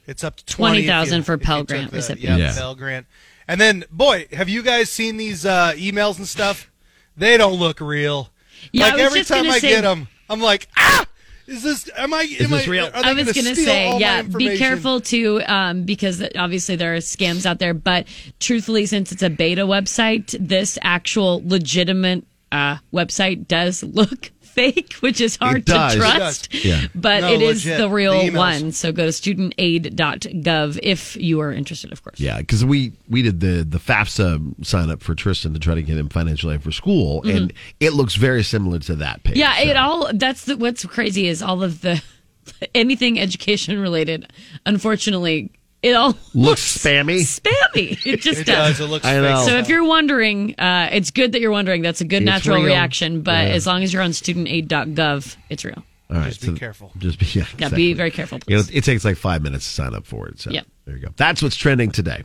It's up to
20,000
twenty if you-
for
if you
Pell
took
Grant
the-
recipients.
Yeah,
Yeah.
Pell Grant. And then, boy, have you guys seen these uh, emails and stuff? They don't look real.
Yeah, I
like
was
every
just
time
gonna
I
say-
get them, I'm like, ah, is this? Am I? am I, Are they
I was
going to
say, yeah, be careful too, um, because obviously there are scams out there. But truthfully, since it's a beta website, this actual legitimate uh, website does (laughs) look fake, which is hard
does.
to
It
trust.
does. Yeah.
But
No,
it is
legit.
the real
The emails.
one. So go to studentaid.gov if you are interested, of course.
Yeah, because we we did the the FAFSA sign up for Tristan to try to get him financial aid for school, and it looks very similar to that page.
Mm-hmm. Yeah, it all. That's the, what's crazy is all of the (laughs) anything education related. Unfortunately, it all
Looks spammy.
spammy. It just
It
does.
does. It looks I fake. know.
So if you're wondering, uh, it's good that you're wondering. That's a good
It's
natural
real.
reaction. But
Yeah.
as long as you're on studentaid.gov, it's real.
All right, just be
careful.
Just be (laughs) yeah.
Yeah,
exactly.
be very careful.
You know,
Please.
it takes like five minutes to sign up for it. So
Yep.
there you go. That's what's trending today.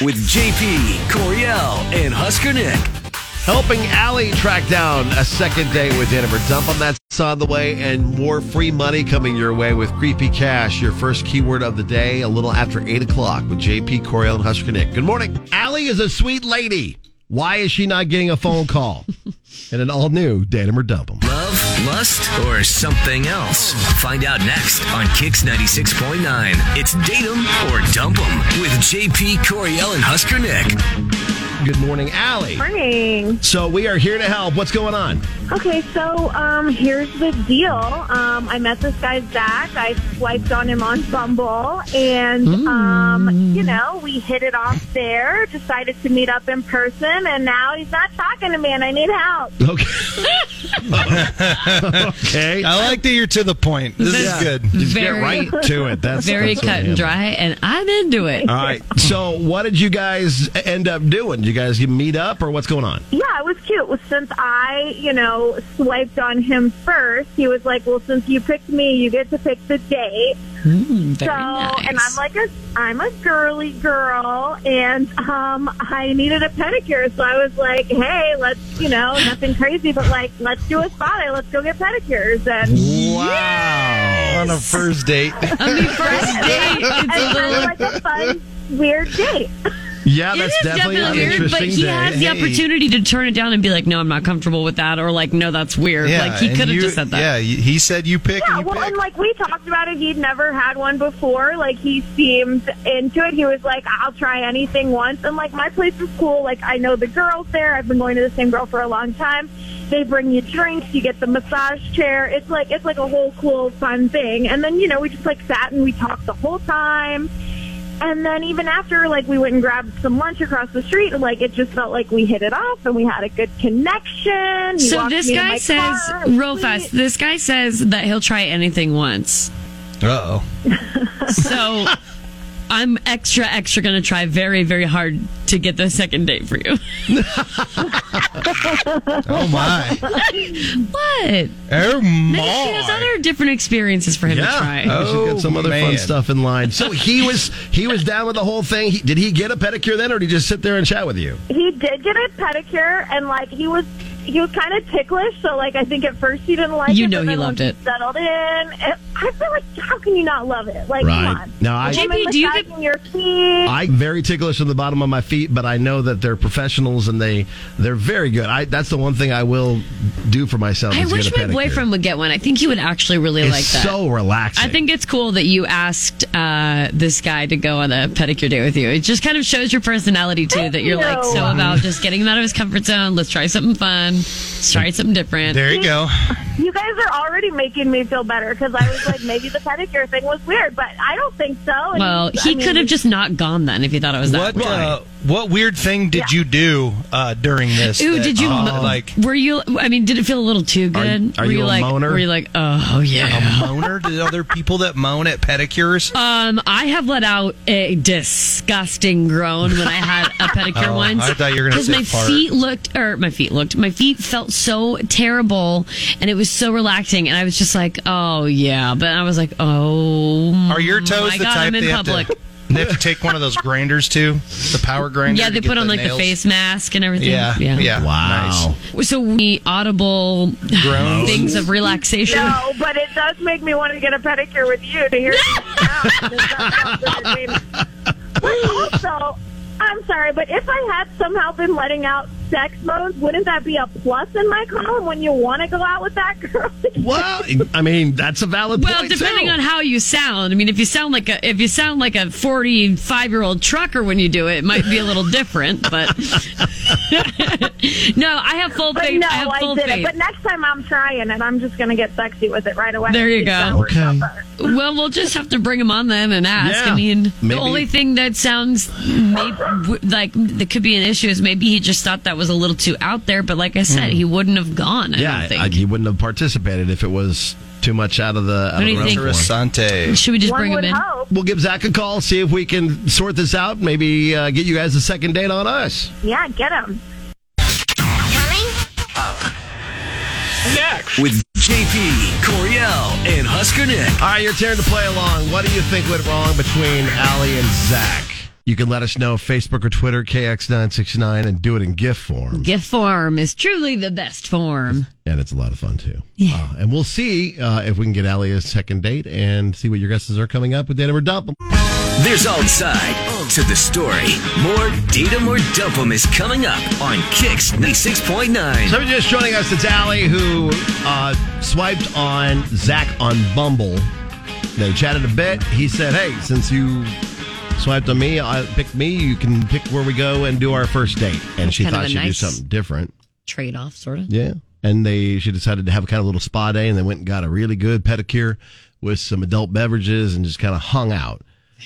With JP, Coriel, and Husker Nick.
Helping Allie track down a second date with Jennifer Dumpum. That's on the way, and more free money coming your way with Creepy Cash. Your first keyword of the day, a little after eight o'clock with JP Coriel and Husker Nick. Good morning. Allie is a sweet lady. Why is she not getting a phone call? (laughs) and an all new Danimer Dumpum.
Love, lust, or something else? Find out next on Kix 96.9. It's Date 'em or Dump 'em with JP, Coriel, and Husker Nick.
Good morning, Allie.
Morning.
So we are here to help. What's going on?
Okay, so um, here's the deal. Um, I met this guy Zach. I swiped on him on Bumble, and
Hmm.
um, you know we hit it off there. Decided to meet up in person, and now he's not talking to me, and I need help.
okay.
I like that you're to the point. This
Yeah.
is good.
Just get Very- right to it. That's-
very
that's what
cut and
happened.
dry, and I'm into
(laughs)
it.
All right. So what did you guys end up doing? Did you guys meet up or what's going on?
Yeah, it was cute. Well, since I, you know, swiped on him first, he was like, "Well, since you picked me, you get to pick the date." so, and I'm like a, I'm a girly girl, and um, I needed a pedicure, so I was like, "Hey, let's, you know, nothing crazy, but like, let's do a spa day. Let's go get pedicures." And
Wow. On a first date.
first
date, it's a
and kind
little-
of like a fun, weird date.
Yeah,
It is weird, but he has the opportunity to turn it down and be like, "No, I'm not comfortable with that," or like, "No, that's weird."
Yeah,
like he
and
could have
you-
just said that.
Yeah, y- he said you pick.
Yeah,
and you
well, and like we talked about it, he'd never had one before. Like he seemed into it. He was like, "I'll try anything once." And like my place is cool. Like I know the girls there. I've been going to the same girl for a long time. They bring you drinks. You get the massage chair. It's like it's like a whole cool fun thing. And then you know we just like sat and we talked the whole time. And then even after, like, we went and grabbed some lunch across the street, and, like, it just felt like we hit it off and we had a good connection. He
So
walked
this
me to my
guy says
car.
real fast. This guy says that he'll try anything once.
Uh oh.
So (laughs) I'm extra extra gonna try very very hard to get the second date for you. (laughs)
Oh my.
what?
Oh
Maybe she has other different experiences for him to try.
we should get some other fun
man.
stuff in line. So he was he was down with the whole thing. He, did he get a pedicure then, or did he just sit there and chat with you?
he did get a pedicure and like he was he was kind of ticklish so like i think at first he didn't like
You
it
know
but
he
then
loved
once
it.
settled in it, i feel like how can you not love it like
Right.
come on
No, I-
A
JP,
woman
do you
massaging your feet
I'm very ticklish on the bottom of my feet, but I know that they're professionals and they they're very good. I that's the one thing I will do for myself.
I
is
wish
get a
my
pedicure.
boyfriend would get one. I think he would actually really
It's
like that.
so relaxing.
I think it's cool that you asked uh, this guy to go on a pedicure date with you. It just kind of shows your personality too that you're like
you.
so about just getting him out of his comfort zone. Let's try something fun. Let's try something different.
There you go.
you guys are already making me feel better because i was like maybe the pedicure thing was weird but i don't think so And
Well,
I
he
mean,
could have just not gone then if he thought it was that.
What
weird.
uh, what weird thing did you do uh, during this?
Ooh,
that-
did you
uh, like?
like? Were you? I mean, did it feel a little too
Are-
good?
are
were
you a
like,
moaner?
Were you like, oh yeah?
A moaner? Did other people that moan at pedicures?
Um, I have let out a disgusting groan when I had a pedicure
(laughs) Oh,
once.
I thought you were gonna
because
say
my
fart.
feet looked, or my feet looked, my feet felt so terrible, and it was so relaxing, and I was just like, oh yeah, but I was like, oh,
Are your toes
my
the
God,
type
I'm in
they
public.
(laughs) have to? They have to take one of those grinders too, the power grinder.
yeah,
to
they
get
put on like
nails?
the face mask and everything.
Yeah, yeah,
Wow.
So we audible
Groans.
things of relaxation.
no, but it does make me want to get a pedicure with you to hear you sound. That sounds entertaining. But also, I'm sorry, but if I had somehow been letting out sex moans, wouldn't that be a plus in my column when you want to go out with that (laughs) girl?
Well, I mean that's a valid
Well,
point.
depending
too.
on how you sound. I mean, if you sound like a if you sound like a forty five year old trucker when you do it, it might be a little different. But (laughs) no, I have full
But
faith.
no,
I have
I
full
did
faith.
it. But next time I'm trying it. I'm just going to get sexy with it right away.
There you
It's not
go.
worth it.
Well, we'll just have to bring him on then and ask.
Yeah,
I mean,
maybe.
the only thing that sounds may, w- like that could be an issue is maybe he just thought that was a little too out there. But like I said,
Hmm.
he wouldn't have gone. I
yeah,
don't think.
I- you wouldn't have participated if it was too much out of the out
What do you
of the
think? Should we just One bring him would in? hope.
We'll give Zach a call, see if we can sort this out. Maybe uh, get you guys a second date on us.
Yeah, get him.
Next. With JP, Coriel, and Husker Nick.
All right, your turn to play along. What do you think went wrong between Allie and Zach? You can let us know Facebook or Twitter KX969 and do it in GIF form.
Gift form is truly the best form.
And it's a lot of fun too. Yeah. and we'll see uh, if we can get Allie a second date and see what your guesses are coming up with Datum or Dump 'Em.
There's outside to the story. More Datum or Dumpum is coming up on Kix 96.9.
So just joining us, it's Allie who uh, swiped on Zach on Bumble. They chatted a bit. He said, "Hey, since you swiped on me. I picked me. You can pick where we go and do our first date. And
That's
she
kind of
thought
a
she'd
nice-
do something different.
Trade off, sort of.
Yeah. And they she decided to have a kind of little spa day, and they went and got a really good pedicure with some adult beverages, and just kind of hung out.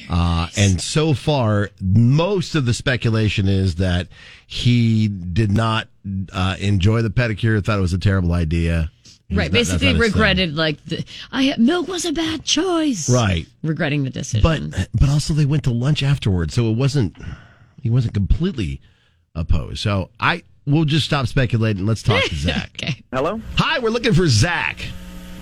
Uh, and so far, most of the speculation is that he did not uh, enjoy the pedicure, thought it was a terrible idea. He
Right.
was not- that's
Basically,
not his thing.
regretted like the I milk was a bad choice.
Right.
Regretting the decision.
But but also they went to lunch afterwards, so it wasn't he wasn't completely opposed. So I we'll just stop speculating. Let's talk
(laughs)
to Zach. okay.
Hello.
Hi, we're looking for Zach.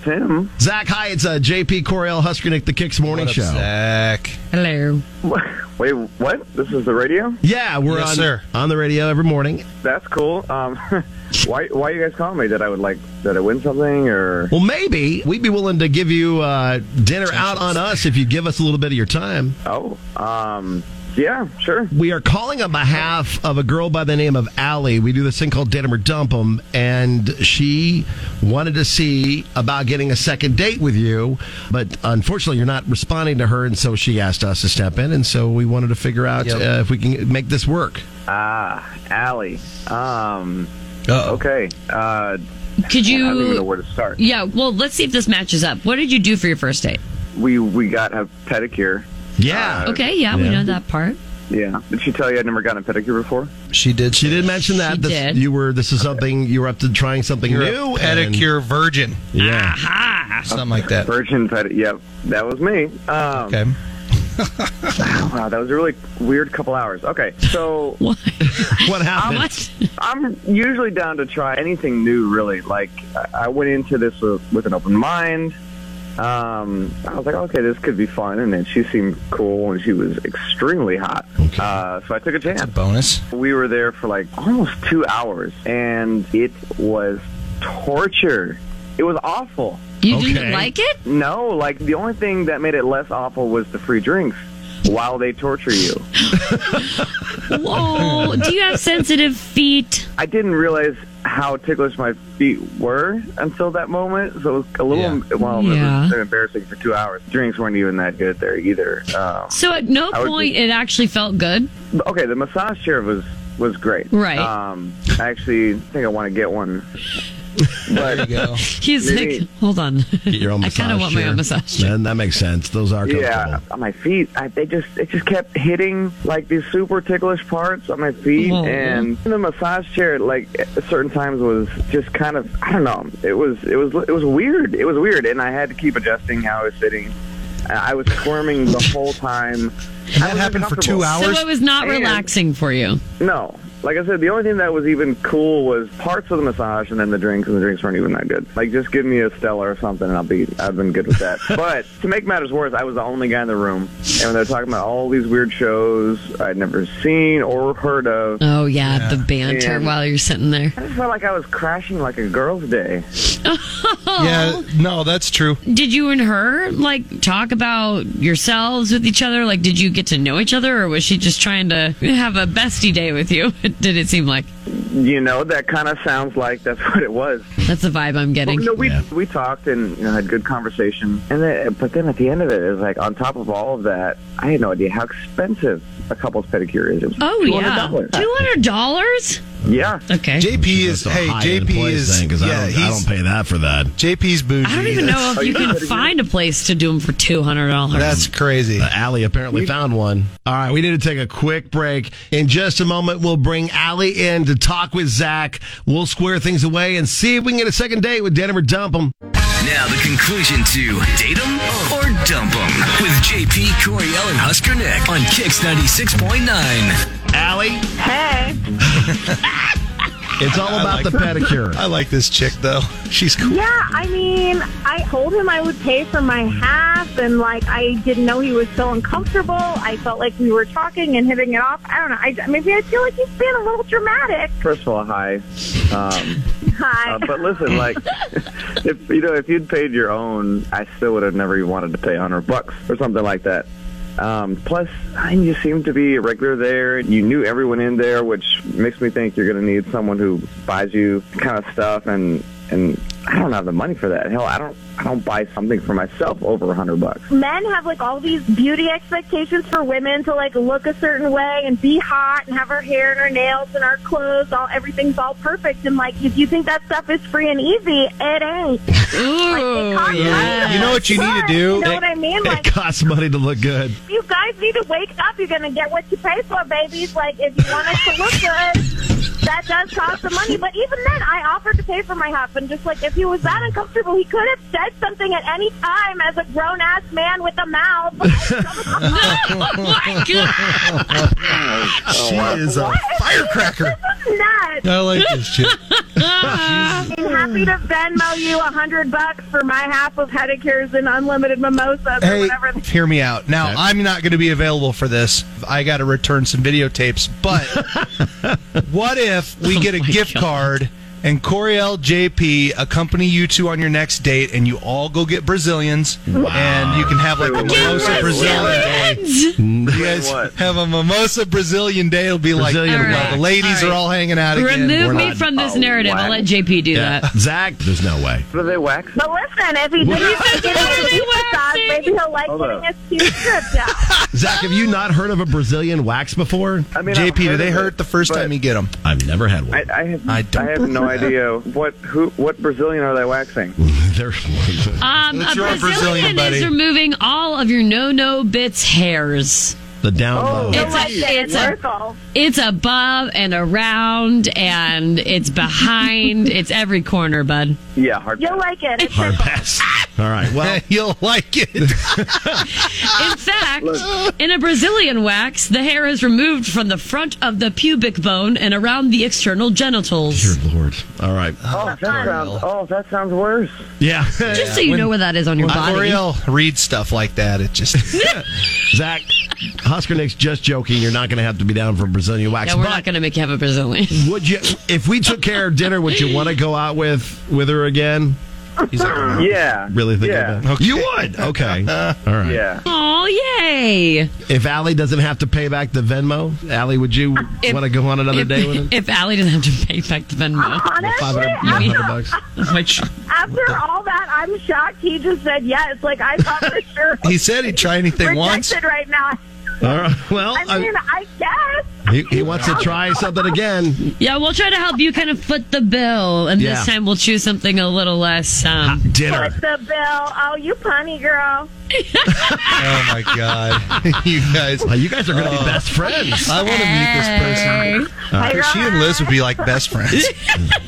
Tim.
Zach, hi. It's uh, JP Coriel Huskernick, the Kicks Morning
What up,
Show.
Zach?
Hello. (laughs)
Wait, what? This is the radio?
Yeah, we're
Yes,
on
sir.
on the radio every morning.
That's cool. Um, (laughs) why why you guys calling me? That I would like that I win something or
Well, maybe we'd be willing to give you uh, dinner out on us if you give us a little bit of your time.
oh um yeah sure.
We are calling on behalf of a girl by the name of Allie. We do this thing called Denim or Dump 'em, and she wanted to see about getting a second date with you, but unfortunately, you're not responding to her, and so she asked us to step in, and so we wanted to figure out
Yep.
uh, if we can make this work.
Ah, Allie. Um. Okay. Uh,
Could you?
I don't even know where to start.
Yeah. Well, let's see if this matches up. What did you do for your first date?
We we got a pedicure. Uh,
Yeah.
Okay. Yeah, we know that part.
Yeah. Did she tell you I'd never gotten a pedicure before?
She did. She did mention that
She
this-
did. (laughs)
you were. This is something you were up to trying something
You're a
new.
pedicure virgin.
Yeah.
Something like that.
Virgin pedi. Yep, that was me. Um, okay. (laughs) wow, that was a really weird couple hours. Okay, (laughs) so
what,
happened?
I'm usually down to try anything new. Really, like I I went into this with, with an open mind. Um, I was like, okay, this could be fun, and then she seemed cool, and she was extremely hot. Uh, so I took a chance.
bonus.
We were there for like almost two hours, and it was torture. It was awful.
You didn't Okay. like it?
No, like the only thing that made it less awful was the free drinks while they torture you.
Whoa. do you have sensitive feet?
I didn't realize how ticklish my feet were until that moment, so it was a little well, it
Yeah.
was embarrassing for two hours. Drinks weren't even that good there either. Um,
So at no
I would
point it actually felt good.
Okay, the massage chair was was great.
Right.
Um, I actually think I want to get one. But there you go.
He's like, hold on.
Get your own
I
massage.
kind of want my own
chair.
massage.
Man, that makes sense. Those are comfortable.
Yeah, on my feet, I, they just it just kept hitting like these super ticklish parts on my feet,
Whoa.
and the massage chair like at certain times was just kind of I don't know. It was it was it was weird. It was weird, and I had to keep adjusting how I was sitting. And I was squirming the whole time. And that happened
for two hours? (laughs) So it was not relaxing for you.
No. Like I said, the only thing that was even cool was parts of the massage and then the drinks, and the drinks weren't even that good. Like, just give me a Stella or something, and I'll be, I've been good with that. but to make matters worse, I was the only guy in the room, and when they're talking about all these weird shows I'd never seen or heard of.
Oh yeah, the banter
And
while you're sitting there.
I just felt like I was crashing like a girl's day.
Yeah, no, that's true.
Did you and her like talk about yourselves with each other? Like, did you get to know each other, or was she just trying to have a bestie day with you? (laughs) Did it seem like
You know, that kind of sounds like that's (laughs) what it was.
that's the vibe I'm getting?
Well, no, we we talked and you know, had good conversation, and then, but then at the end of it, it was like on top of all of that, I had no idea how expensive a couple's pedicure is. It was
Oh yeah,
$200.
two hundred dollars.
yeah.
Okay.
JP is
That's a
hey
high-end
JP
place
is
thing, 'cause I
yeah
don't- I
he's
don't pay that for that.
JP's bougie.
I don't even know if you can find a place to do them for two hundred dollars.
That's crazy.
Allie apparently found one. All right, we need to take a quick break. In just a moment, we'll bring Allie in to talk with Zach. We'll square things away and see if we can get a second date with Denim or Dump 'em.
Now the conclusion to date 'em or dump 'em with JP Coriel and Husker Nick on Kicks 96.9.
Allie.
Hey.
(laughs) It's all
I
about
like-
the
(laughs)
pedicure.
Oh
I like this chick though. (laughs) She's cool.
Yeah, I mean, I told him I would pay for my half, and like I didn't know he was so uncomfortable. I felt like we were talking and hitting it off. I don't know. I, maybe I feel like he's being a little dramatic.
First of all, hi. Um,
(laughs) Hi.
uh, but
(laughs)
listen, like, if you know, if you'd paid your own, I still would have never even wanted to pay a hundred bucks or something like that. Um, plus, I mean, you seem to be a regular there. You knew everyone in there, which makes me think you're going to need someone who buys you kind of stuff and and
I don't have the money for that. Hell, I don't. I don't buy something for myself over a hundred bucks.
men have like all these beauty expectations for women to like look a certain way and be hot and have our hair and our nails and our clothes all everything's all perfect and like if you think that stuff is free and easy it ain't Ooh,
You know what you need to do?
you know what i mean like
costs money to look good.
you guys need to wake up you're gonna get what you pay for babies like if you want us to look good that does cost some money but even then i offered to pay for my husband just like if he was that uncomfortable he could have said something at any time as a grown-ass man with a mouth (laughs)
my
God.
Oh,
She is a firecracker.
nuts.
I like this chick.
I'm happy to Venmo you a hundred bucks for my half of pedicures and unlimited mimosas or
Hey,
whatever. the-
hear me out. Now, I'm not going to be available for this. I got to return some videotapes.
(laughs)
But what if
Oh
we get a gift card and Coriel JP accompany you two on your next date and you all go get Brazilians and you can have like a mimosa Brazilian day? You guys have a mimosa Brazilian day. It'll be like
Brazilian
well,
what?
the ladies
All
are all hanging out again.
Remove me from
Oh,
this narrative. I'll let JP do
Yeah. (laughs)
that.
Zach, there's no way.
But they wax.
But listen, if he didn't like getting his feet massaged, maybe he'll like
Hold
getting his cute strip
(laughs)
job.
Zach, have you not heard of a Brazilian wax before?
I mean, I've
JP,
heard
do they
of
hurt
it,
the first
but-
time you get them? I've never had one.
I, I have.
I
I,
don't-
have no idea what who what Brazilian are they waxing.
(laughs) They're
Um, a Brazilian, is removing all of your no-no bits hairs.
the down low.
it's a, it's a, it's above and around and it's behind. it's every corner, bud.
Yeah, hard.
You'll like it. It's
Hard pass. All right.
(laughs)
Oh.
Well,
(laughs) you'll like it.
In fact, in a Brazilian wax, the hair is removed from the front of the pubic bone and around the external genitals.
Dear Lord. All right.
(laughs)
Oh, that sounds. Oh, that sounds worse.
Yeah. (laughs)
Just so you know where that is on your body.
L'Oreal read stuff like that. It just
(laughs)
Zach, Husker Nick's just joking. You're not going to have to be down for Brazilian wax.
Yeah, we're
but
not going to make you have a Brazilian.
(laughs) would you, if we took care of dinner, would you want to go out with with her again? He's like,
Yeah.
Really thinking
Yeah.
about it. You would. Okay. All right.
Yeah.
Oh, yay.
If Allie doesn't have to pay back the Venmo, Allie, would you
If-
want to go on another
if,
day with him?
If Allie doesn't have to pay back the Venmo.
(laughs)
Honestly,
500 bucks.
Which,
after all that, I'm shocked he just said yes. Like, I thought for sure.
He said he'd try anything
rejected
once.
right now.
All right. Well,
I mean, I guess.
I- he, he wants to try something again.
yeah, we'll try to help you kind of foot the bill, and
Yeah.
this time we'll choose something a little less. Um,
dinner.
Put the bill. Oh, you punny girl.
Oh my god, (laughs) you guys!
you guys are
Oh.
going to be best friends.
I want to meet this person.
Hey.
Uh, she and Liz would be like best friends.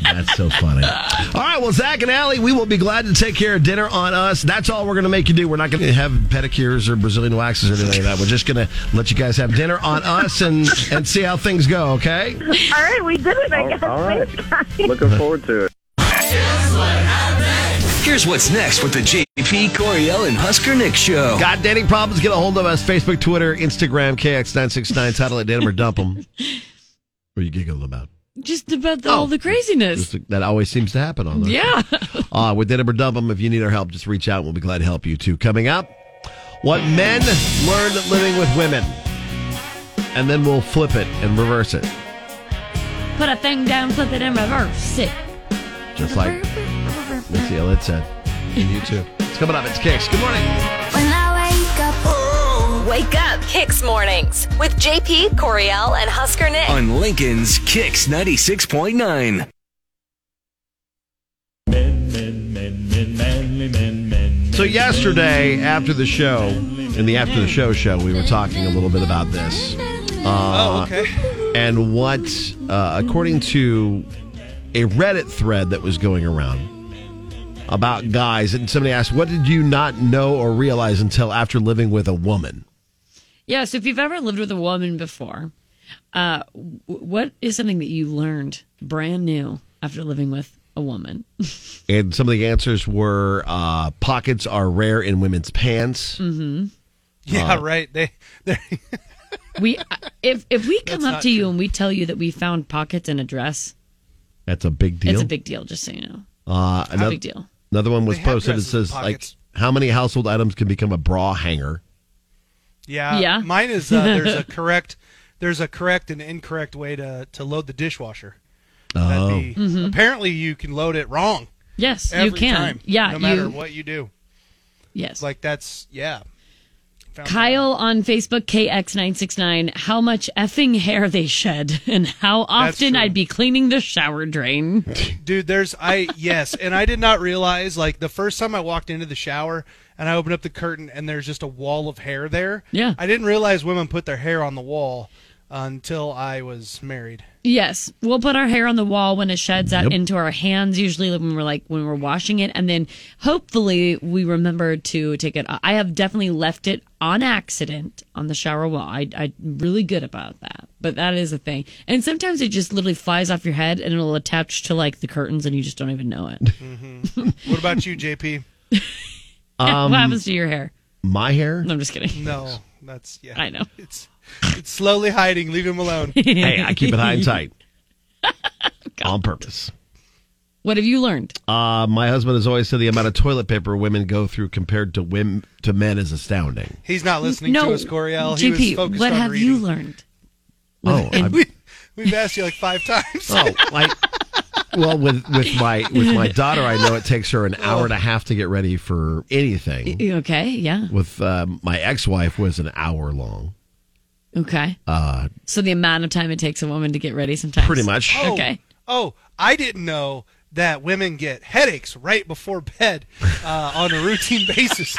That's so funny. All right, well, Zach and Allie, we will be glad to take care of dinner on us. That's all we're going to make you do. We're not going to have pedicures or Brazilian waxes or anything like that. We're just going to let you guys have dinner on us and, and see how things go, okay?
All right, we did it, I guess.
All right.
Thanks, guys.
Looking forward to it.
Here's what's next with the JP Coriel and Husker Nick show.
Got dating problems? Get a hold of us. Facebook, Twitter, Instagram, KX969, title it, Datum or
(laughs)
Dump 'em. What are you giggling about?
(laughs) just about the, all the craziness.
Just- That always seems to happen on there.
Yeah.
(laughs)
Uh, with Datum or Dump 'em, if you need our help, just reach out. We'll be glad to help you too. Coming up, what men learned living with women. And then we'll flip it and reverse it.
Put a thing down, flip it, and reverse it.
Just like Missy Elliott said. And you too. It's coming up. It's Kicks. Good morning.
When I wake up, wake up, Kicks mornings with JP Coriel and Husker Nick.
On Lincoln's Kicks 96.9.
So yesterday, after the show, in the after the show show, we were talking a little bit about this. Uh,
(laughs) Oh, okay.
And what, uh, according to a Reddit thread that was going around about guys, and somebody asked, "What did you not know or realize until after living with a woman?"
Yeah, so if you've ever lived with a woman before, uh, w- what is something that you learned brand new after living with a woman?
And some of the answers were, uh, "Pockets are rare in women's pants."
Mm-hmm.
Yeah,
Uh,
right. They (laughs)
We if if we come
That's
up
not
to you and we tell you that we found pockets in a dress,
That's a big deal.
it's a big deal. Just so you know,
Uh,
Not a
another,
big deal.
Another one was
They have
posted. It
dresses with
says like how many household items can become a bra hanger.
Yeah.
Yeah.
Mine is uh,
(laughs)
there's a correct there's a correct and incorrect way to to load the dishwasher. That'd
Oh.
be- Apparently you can load it wrong.
Yes,
Every
Mm-hmm. you can.
time,
yeah,
no matter
you-
what you do.
Yes.
Like that's yeah. Found
Kyle on Facebook KX969, how much effing hair they shed (laughs) and how often I'd be cleaning the shower drain.
dude there's i yes and i did not realize like the first time i walked into the shower and i opened up the curtain and there's just a wall of hair there
yeah
i didn't realize women put their hair on the wall until i was married
Yes, we'll put our hair on the wall when it sheds out
Yep.
into our hands. Usually, when we're like when we're washing it, and then hopefully we remember to take it. I have definitely left it on accident on the shower wall. I I'm really good about that, but that is a thing. And sometimes it just literally flies off your head and it'll attach to like the curtains, and you just don't even know it. (laughs)
what about you jp
what happens to your hair?
My
(laughs)
hair?
I'm just kidding.
No, that's yeah.
I know.
It's it's slowly hiding. Leave him alone.
hey, I keep it high and
(laughs)
tight. On purpose.
What have you learned?
Uh, my husband has always said the amount of toilet paper women go through compared to women to men is astounding.
He's not listening
no,
to us, Coriel. He was
JP,
focused
what
on
have
reading.
you learned?
Oh, I'm-
We've asked you like five (laughs) times.
oh, like well with with my with my daughter, I know it takes her an hour and a half to get ready for anything.
You Eh, okay? Yeah.
With uh, my ex-wife was an hour long.
Okay.
Uh,
So the amount of time it takes a woman to get ready sometimes.
Pretty much.
Oh,
Okay.
Oh, I didn't know that women get headaches right before bed uh, on a routine (laughs) basis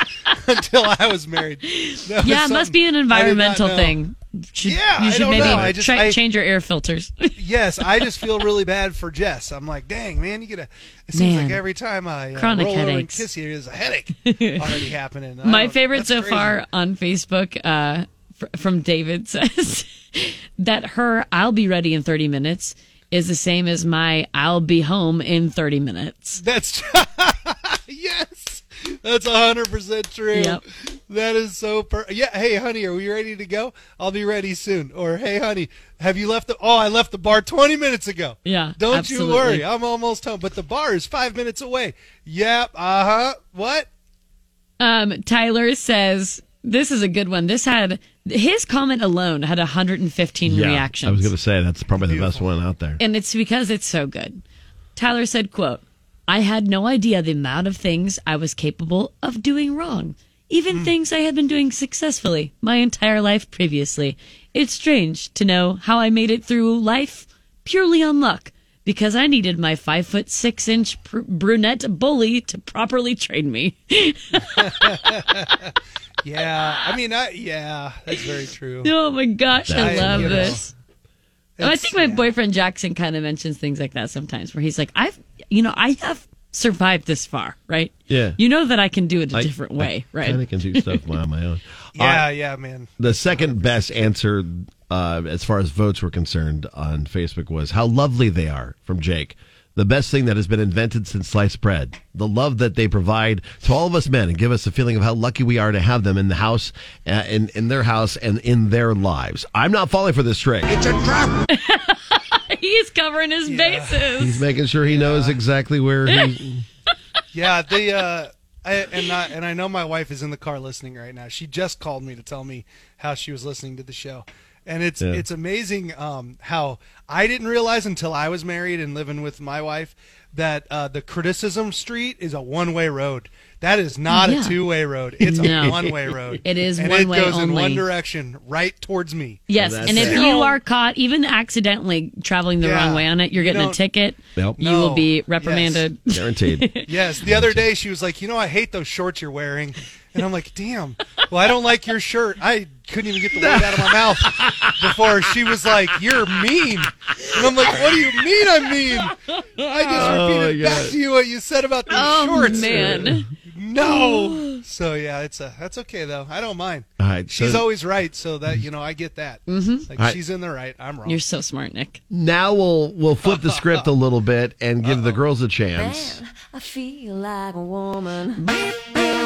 until I was married. That was
yeah, it must
something
be an
I did not
environmental
know.
thing. Should-
Yeah,
you
I
should
don't
maybe
know. I just-
try-
I-
change your air filters.
yes, I just feel really bad for Jess. I'm like, dang, man, you get a. It seems
Man.
like every time I uh,
Chronic
roll over and
headaches.
kiss you, there's
(laughs)
a headache already happening. I
My
don't-
favorite
that's
so
crazy.
far on Facebook uh, fr- from David (laughs) says that her "I'll be ready in 30 minutes" is the same as my "I'll be home in 30 minutes."
That's (laughs) yes, that's hundred percent true.
Yep.
That is so per. Yeah, hey honey, are we ready to go? I'll be ready soon. Or hey honey, have you left the? Oh, I left the bar twenty minutes ago.
Yeah,
Don't
absolutely.
you worry, I'm almost home. But the bar is five minutes away. Yep. Uh huh. What?
Um, Tyler says this is a good one. This had his comment alone had 115 reactions.
I was going to say that's probably the best one out there.
And it's because it's so good. Tyler said, quote, I had no idea the amount of things I was capable of doing wrong, even
Hmm.
things I had been doing successfully my entire life previously. It's strange to know how I made it through life purely on luck because I needed my five foot six inch pr- brunette bully to properly train me. (laughs)
Yeah. I mean, I yeah. That's
(laughs)
very true.
oh my gosh, I
That's
love
beautiful.
this. Well, I think my boyfriend Jackson kind of mentions things like that sometimes, where he's like, "I've, you know, I have survived this far, right?
Yeah.
You know that I can do it a different way, right?
I can do stuff on my own.
Yeah,
Uh,
yeah, man.
The second best answer, uh, as far as votes were concerned on Facebook, was how lovely they are from Jake. The best thing that has been invented since sliced bread. The love that they provide to all of us men and give us a feeling of how lucky we are to have them in the house, uh, in, in their house, and in their lives. I'm not falling for this trick.
(laughs) he's covering his bases.
He's making sure he knows exactly where he.
yeah the uh I, and I, and I know my wife is in the car listening right now. She just called me to tell me how she was listening to the show, and it's
Yeah.
it's amazing um, how I didn't realize until I was married and living with my wife that uh, the criticism street is a one way road. That is not
Yeah.
a two way road. It's
No.
a one way road.
(laughs) It is
and
one-way
it goes in
only.
one direction, right towards me.
Yes, and if you are caught, even accidentally traveling the
Yeah.
wrong way on it, you're
You
getting a
don't-
ticket.
Nope.
You will be reprimanded.
Guaranteed.
Yes. The other day she was like, you know, I hate those shorts you're wearing. And I'm like, damn. Well, I don't like your shirt. I couldn't even get the word out of my mouth before she was like, you're mean. And I'm like, what do you mean I'm mean? I just
Oh,
repeated
my
back
God.
to you what you said about those
Oh,
shorts.
man.
No. So yeah, it's a that's okay though. I don't mind.
All right, so-
She's always right, so that you know I get that.
Mhm.
Like
All right.
she's in the right, I'm wrong.
You're so smart, Nick.
Now we'll we'll flip the script a little bit and give the girls a chance.
I feel like a woman.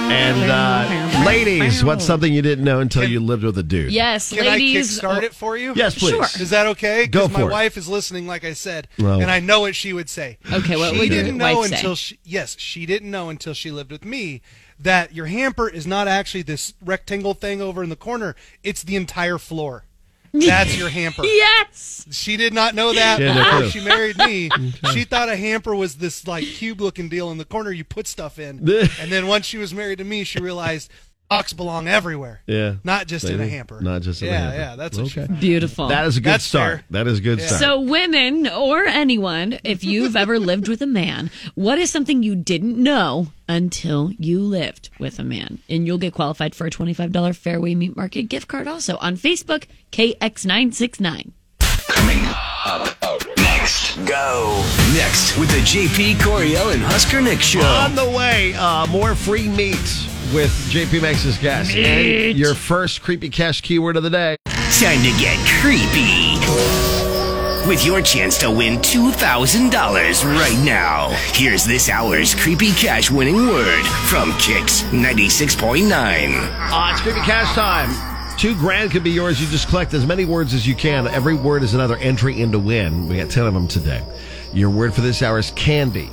And uh, ladies, what's something you didn't know until you lived with a dude?
Yes,
Can
ladies.
I kickstart it for you?
Yes, please. Sure.
Is that okay?
Go
'Cause my
for it.
wife is listening, like I said,
Well-
and I know what she would say.
Okay, what
she
would your
didn't
wife
know
say?
until she, yes, she didn't know until she lived with me that your hamper is not actually this rectangle thing over in the corner; it's the entire floor. That's
(laughs)
your hamper.
yes.
She did not know that
She had no
before
clue.
she
(laughs)
married me. She thought a hamper was this like cube looking deal in the corner you put stuff in. and then once she was married to me, she realized ox belong everywhere.
(laughs) Yeah.
Not just in a
Maybe.
hamper.
Not just in a
Yeah,
hamper.
yeah, that's what she
okay.
found.
Beautiful.
That is a good
That's
start. That is a good start.
So, women or anyone, if you've ever lived with a man, what is something you didn't know until you lived with a man? And you'll get qualified for a $25 Fairway Meat Market gift card also on Facebook, KX969.
Next, go. Next with the JP Coriel and Husker Nick show.
On the way, uh, more free meat with JP Max's guest.
Meat.
And your first creepy cash keyword of the day.
Time to get creepy. With your chance to win $2,000 right now. Here's this hour's creepy cash winning word from Kicks 96.9.
Uh, it's creepy cash time. Two grand could be yours. You just collect as many words as you can. Every word is another entry into win. We got 10 of them today. Your word for this hour is candy.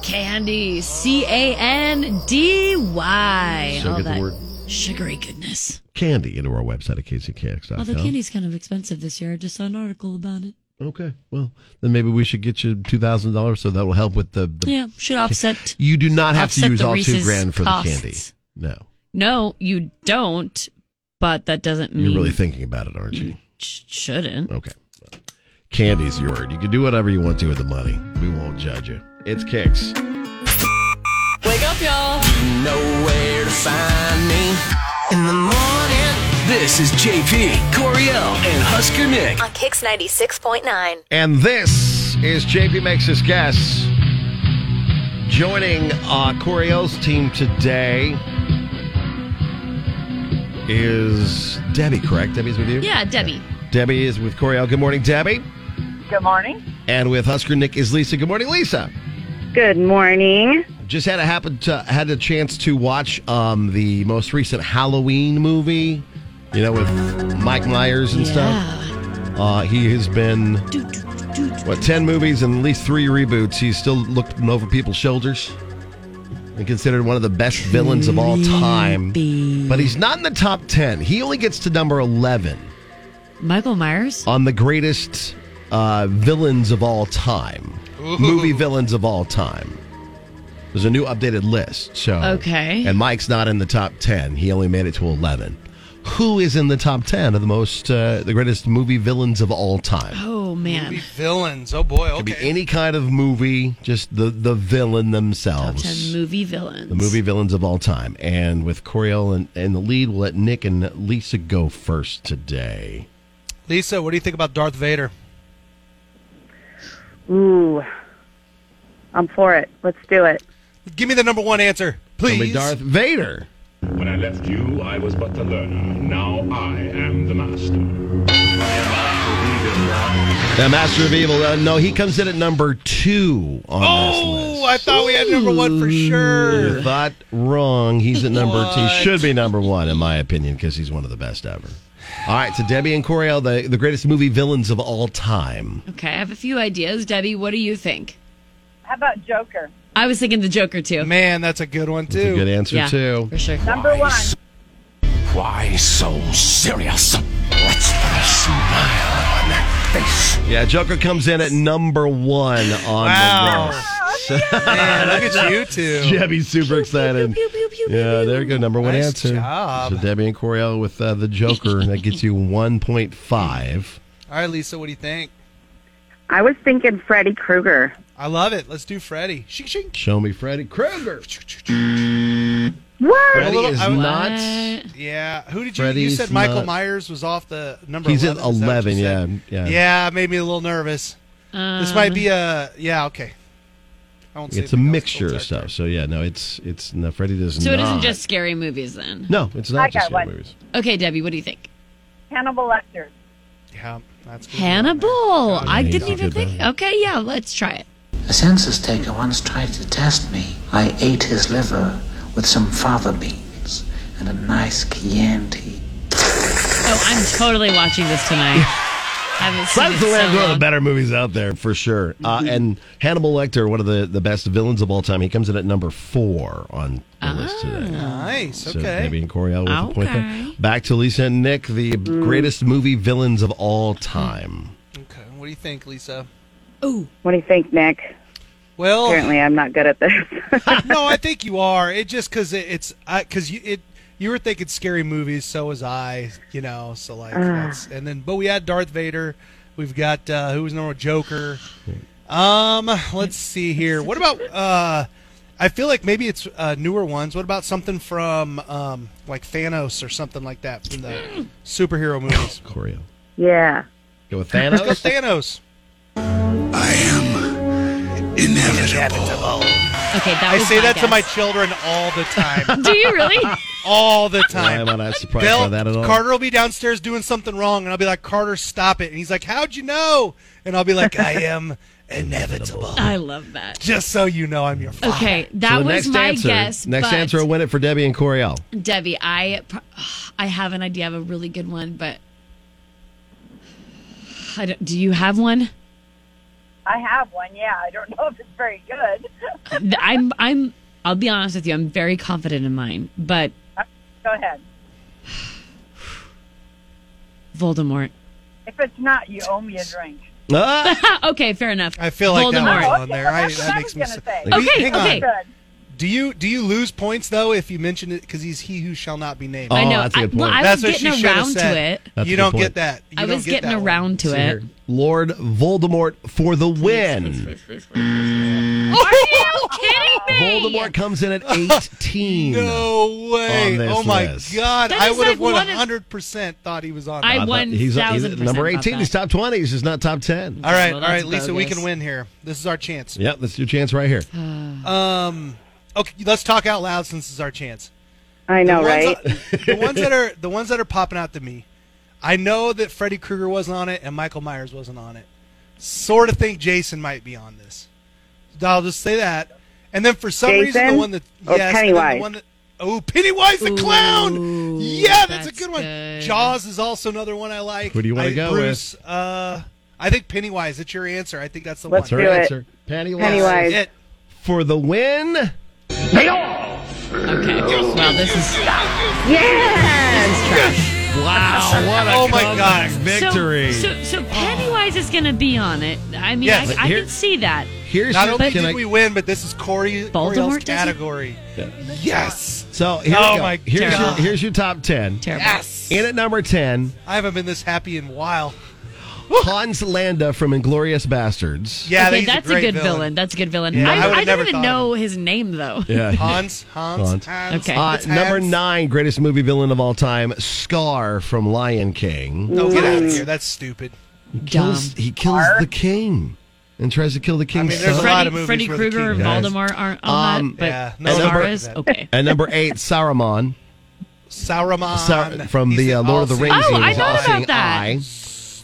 Candy, C A N D Y.
So
All
get the
that
word
sugary goodness.
candy into our website at kckx.com.
Although candy's kind of expensive this year. I just saw an article about it.
Okay. Well, then maybe we should get you $2,000 so that will help with the. the
Yeah, should offset.
You do not have to
offset
use
the
all two
Reese's
grand for
costs.
the candy. No.
No, you don't, but that doesn't mean
You're really Oh. thinking about it, aren't you?
shouldn't.
Okay. Candy's your word. You can do whatever you want to with the money. We won't judge you. It's kicks.
Wake up, y'all.
Know where to find me in the morning. This is JP Coriel and Husker Nick.
On Kix 96.9.
And this is JP Makes His Guess. Joining uh, Coriel's team today is Debbie, correct? Debbie's with you?
Yeah, Debbie.
Debbie is with Coriel. Good morning, Debbie.
Good morning.
And with Husker Nick is Lisa. Good morning, Lisa.
Good morning.
Just had a happen to, had a chance to watch um, the most recent Halloween movie, you know, with Mike Myers and stuff. Uh, he has been what ten movies and at least three reboots. He's still looked over people's shoulders and considered one of the best villains of all time. But he's not in the top ten. He only gets to number eleven
Michael Myers
on the greatest uh, villains of all time, movie villains of all time. There's a new updated list. So
Okay.
and Mike's not in the top ten. He only made it to eleven. Who is in the top ten of the most, uh, the greatest movie villains of all time?
Oh man.
Villains. Oh boy. Okay.
Could be any kind of movie, just the the villain themselves.
Ten movie villains.
The movie villains of all time. And with Coriel and, and the lead, we'll let Nick and Lisa go first today.
Lisa, what do you think about Darth Vader?
Ooh, I'm for it. Let's do it.
Give me the number one answer, please.
Darth Vader.
When I left you, I was but the learner. Now I am the master.
The Master of Evil. Uh, no, he comes in at number two on this list.
Oh, I thought we had number one for sure.
You thought wrong. He's at number two. He
What?
should be number one, in my opinion, because he's one of the best ever. All right, so Debbie and Coriel, the, the greatest movie villains of all time.
Okay, I have a few ideas. Debbie, what do you think?
How about Joker?
I was thinking the Joker too.
Man, that's a good one too.
a good answer,
Yeah,
too.
For sure.
Number one.
Why so serious? What's the smile on that face?
Yeah, Joker comes in at number one on
Wow.
the list.
Man, look at you two.
Debbie's super excited. Yeah, there you go. Number one
Nice
answer.
job.
So Debbie and Coriel with uh, the Joker. that gets you 1.5.
All right, Lisa, what do you think?
I was thinking Freddy Krueger.
I love it. Let's do Freddy. Shing, shing.
Show me Freddy Krueger.
What?
Freddy is
I-
not.
Yeah. Who did you?
Freddy's
you said Michael
not-
Myers was off the number.
He's at
11, is that what you
11.
said?
Yeah, yeah. Um,
Yeah, it made me a little nervous. this might be a yeah. Okay. I won't say
It's a mixture of stuff. So yeah, no, it's it's no. Freddy does
So
not.
it isn't just scary movies then.
No, it's
I
not
got
just scary
one.
movies.
Okay, Debbie, what do you think?
Hannibal Lecter.
Yeah, that's
Hannibal. I
he's
didn't
a
even
good
think. Okay, yeah, let's try it.
A census taker once tried to test me. I ate his liver with some fava beans and a nice Chianti.
(laughs)
Oh, I'm totally watching this tonight. haven't seen
Silence
it
of the Lambs one
so
of the
long.
better movies out there for sure. Uh, and Hannibal Lecter, one of the, the best villains of all time, he comes in at number four on the list today.
Nice.
So
okay.
Debbie and Corey with a point there.
Okay.
Back to Lisa and Nick, the greatest movie villains of all time.
Okay, What do you think, Lisa?
Ooh. What do you think, Nick?
Well,
apparently I'm not good at this.
(laughs) no, I think you are. It just because it, it's because you it you were thinking scary movies, so was I. You know, so like
Ah.
that's, and then but we had Darth Vader. We've got uh, who was normal Joker. Um, let's see here. What about uh? I feel like maybe it's uh, newer ones. What about something from um, like Thanos or something like that from the superhero movies?
Choreo.
Hmm. Yeah.
Go with
Let's
(laughs) Thanos.
go Thanos.
Inevitable.
Okay, that
I
Oh
was
say
my
that to
guess.
my children all
(laughs)
the time.
Do you really?
all the
Why
time.
am I not surprised
They'll-
by that at all?
Carter will be downstairs doing something wrong, and I'll be like, Carter, stop it. And he's like, How'd you know? And I'll be
(laughs)
like, I am inevitable.
(laughs) I love that.
Just so you know, I'm
(laughs)
your father.
Okay, that
So the
was
next
my
answer,
guess.
Next
but
answer will win it for Debbie and Coriel.
Debbie, I pro- I have an idea of a really good one, but I don't, do you have one?
I have one, yeah. I don't know if it's very good.
Th- I'm I'm I'll be honest with you, I'm very confident in mine, but
Uh, Go ahead.
(sighs) Voldemort.
If it's not, you owe me a drink.
Ah!
Uh, okay, fair enough.
I feel like that
Voldemort.
was on there. I,
That's what
that
I
makes me
was
sick.
gonna
say. Okay,
Hang on.
okay.
Do you do you lose points though if you mention it because he's he who shall not be named?
Oh, I know. that's a good I- well, point. I
That's
was
what she
getting
should've
around to
said.
it. That's a
you
good
don't
point.
get that. You
I
don't
was
get
getting
that one.
around to
See
it.
here. Lord Voldemort for the win.
Are you kidding me?
Voldemort comes in at 18.
No way!
on this
Oh my
list.
god!
That
I
is
would have
like
won
one of-
hundred percent. Thought he was on.
I
there.
thought
won
he's, he's
1000%
number
about
18. He's top 20. He's just not top 10.
All right,
Well,
all
that's
right, Lisa, we
bogus.
can win here. This is our chance.
Yep, that's your chance right here.
Um, okay, let's talk out loud since it's our chance.
I know, right?
The ones, the ones that are the ones that are popping out to me. I know that Freddy Krueger wasn't on it and Michael Myers wasn't on it. Sort of think Jason might be on this. I'll just say that. And then for some reason, the
Jason
one that
or
yes, and then
Pennywise?
the one that, oh Pennywise the clown. Yeah, that's, a good one. Jaws is also another one I like.
Who do you wanna
I-
go
Bruce, with? Uh, I think Pennywise. It's your answer. I think that's the
Let's
one.
do Her it. answer. Pennywise. Pennywise.
It.
For the win.
Okay. Well, this is
Wow, what a
Oh my
comeback
God.
victory.
So, so, so Pennywise is going to be on it. I mean,
Yes.
I, I
Here-
can see that.
Here's
Not
your-
only
can
did
I-
we win, but this is Corey Coriel's
doesn't-
category. Yes.
So here
Oh
we go.
my
here's, your,
God.
here's your top 10.
Terrible.
Yes.
In at number 10,
I haven't been this happy in a while.
Hans Landa from Inglorious Bastards.
Yeah,
okay,
he's
that's a,
great
good villain. That's a good villain.
Yeah, I
I,
would've
I, didn't
never
even
thought
know his name though.
Yeah.
Hans, Hans,
Hans.
Hans.
Okay.
Uh,
It's
number
Hans.
nine, greatest movie villain of all time, Scar from Lion King.
No, Oh, get out of here. That's stupid.
Kills, he kills the king and tries to kill the
I
king's
mean, there's a
son.
lot of movies
Freddy
where the
Krueger and
king dies.
Voldemort aren't on
Um,
that, but Oh.
yeah, no,
and
Scar
number-
is
(laughs)
okay.
At number eight, Saruman
Sauron.
Sar- from the
He's
uh, Lord of the
all-seeing
Rings.
Oh,
series,
I thought about
All-Seeing
that.
Eye.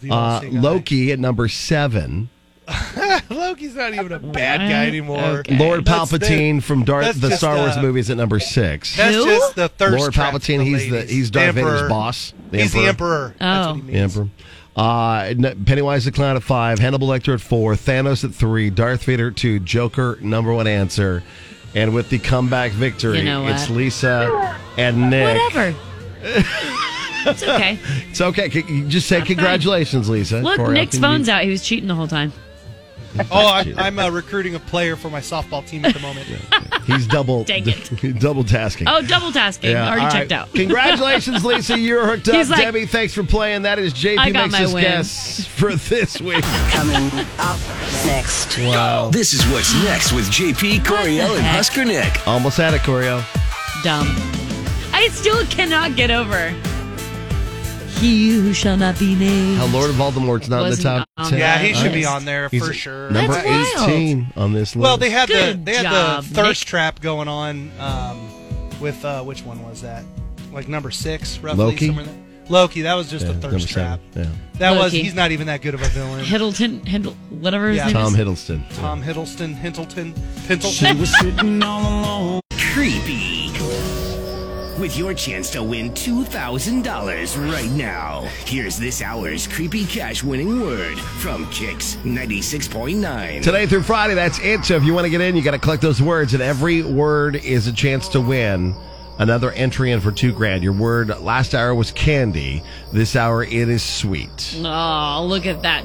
The
Uh,
all-seeing
Loki at number seven.
eye. (laughs) Loki's not even a bad guy anymore.
Okay.
Lord
That's the-
Palpatine from Darth
that's
the
just,
Star Wars
uh,
movies at number six.
That's
Who?
just the thirst
Lord
trap
Palpatine,
for
he's the-
ladies.
he's Darth
The
Vader's
Emperor.
boss, the
he's the
Emperor.
emperor. That's what he
Oh.
means.
The Emperor. Uh, n- Pennywise the Clown at five, Hannibal Lecter at four, Thanos at three, Darth Vader at two, Joker number one answer, and with the comeback victory,
You know
it's
what?
Lisa and Nick.
Whatever. it's okay.
It's okay. C- you just say congratulations, Lisa.
Look,
Corey,
Nick's
how can
phone's
you-
out. He was cheating the whole time.
Oh, I'm, I'm uh, recruiting a player for my softball team at
(laughs)
the moment.
He's double
(laughs) Dang
(laughs) double tasking.
Oh, double tasking. Already
all right.
checked out. (laughs)
Congratulations, Lisa. You're hooked up.
He's like,
Debbie, thanks for playing. That is JP
I got
makes
my
us
win.
guess for this
(laughs)
week.
Coming up next.
Wow.
This is what's next with JP, Coriel, and Husker Nick.
Almost had it, Corio.
Dumb. I still cannot get over. He who shall not be named.
How Lord Voldemort's not in the
Wasn't
top
on
ten.
Yeah, he
Nice.
should be on there
He's
for sure.
Number
That's wild.
eighteen on this list.
Well, they had the
Good
they had
job,
the thirst
Nick.
trap going on um, with uh, which one was that? Like number six, roughly.
Loki?
somewhere in there. Loki. That was just
Yeah,
a
number
thirst trap.
seven,
That was.
Loki.
He's not even that good of a
(laughs)
villain.
Hiddleton, Hiddle, whatever his
Yeah.
name
Tom
is.
Hiddleston.
Tom Hiddleston, Hintelton, Pintelton.
Creepy. with your chance to win $2,000 right now. Here's this hour's creepy cash winning word from Kix 96.9.
Today through Friday, that's it. So if you want to get in, you got to collect those words, and every word is a chance to win another entry in for two grand. Your word last hour was candy. This hour, it is sweet.
Oh, look at that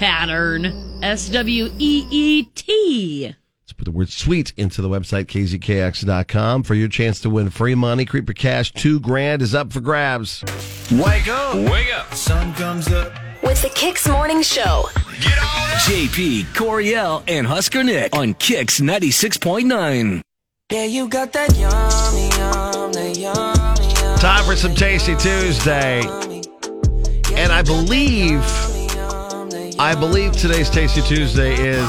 pattern. S W E E T.
Let's put the word sweet into the website, kzkx.com, for your chance to win free money. Creeper Cash, two grand is up for grabs.
Wake up! Wake up! Sun comes up.
With the Kicks Morning Show.
JP, Coriel, and Husker Nick on Kix 96.9.
Yeah, you got that yummy, yum, that yum.
Time for some Tasty Tuesday. And I believe, I believe today's Tasty Tuesday is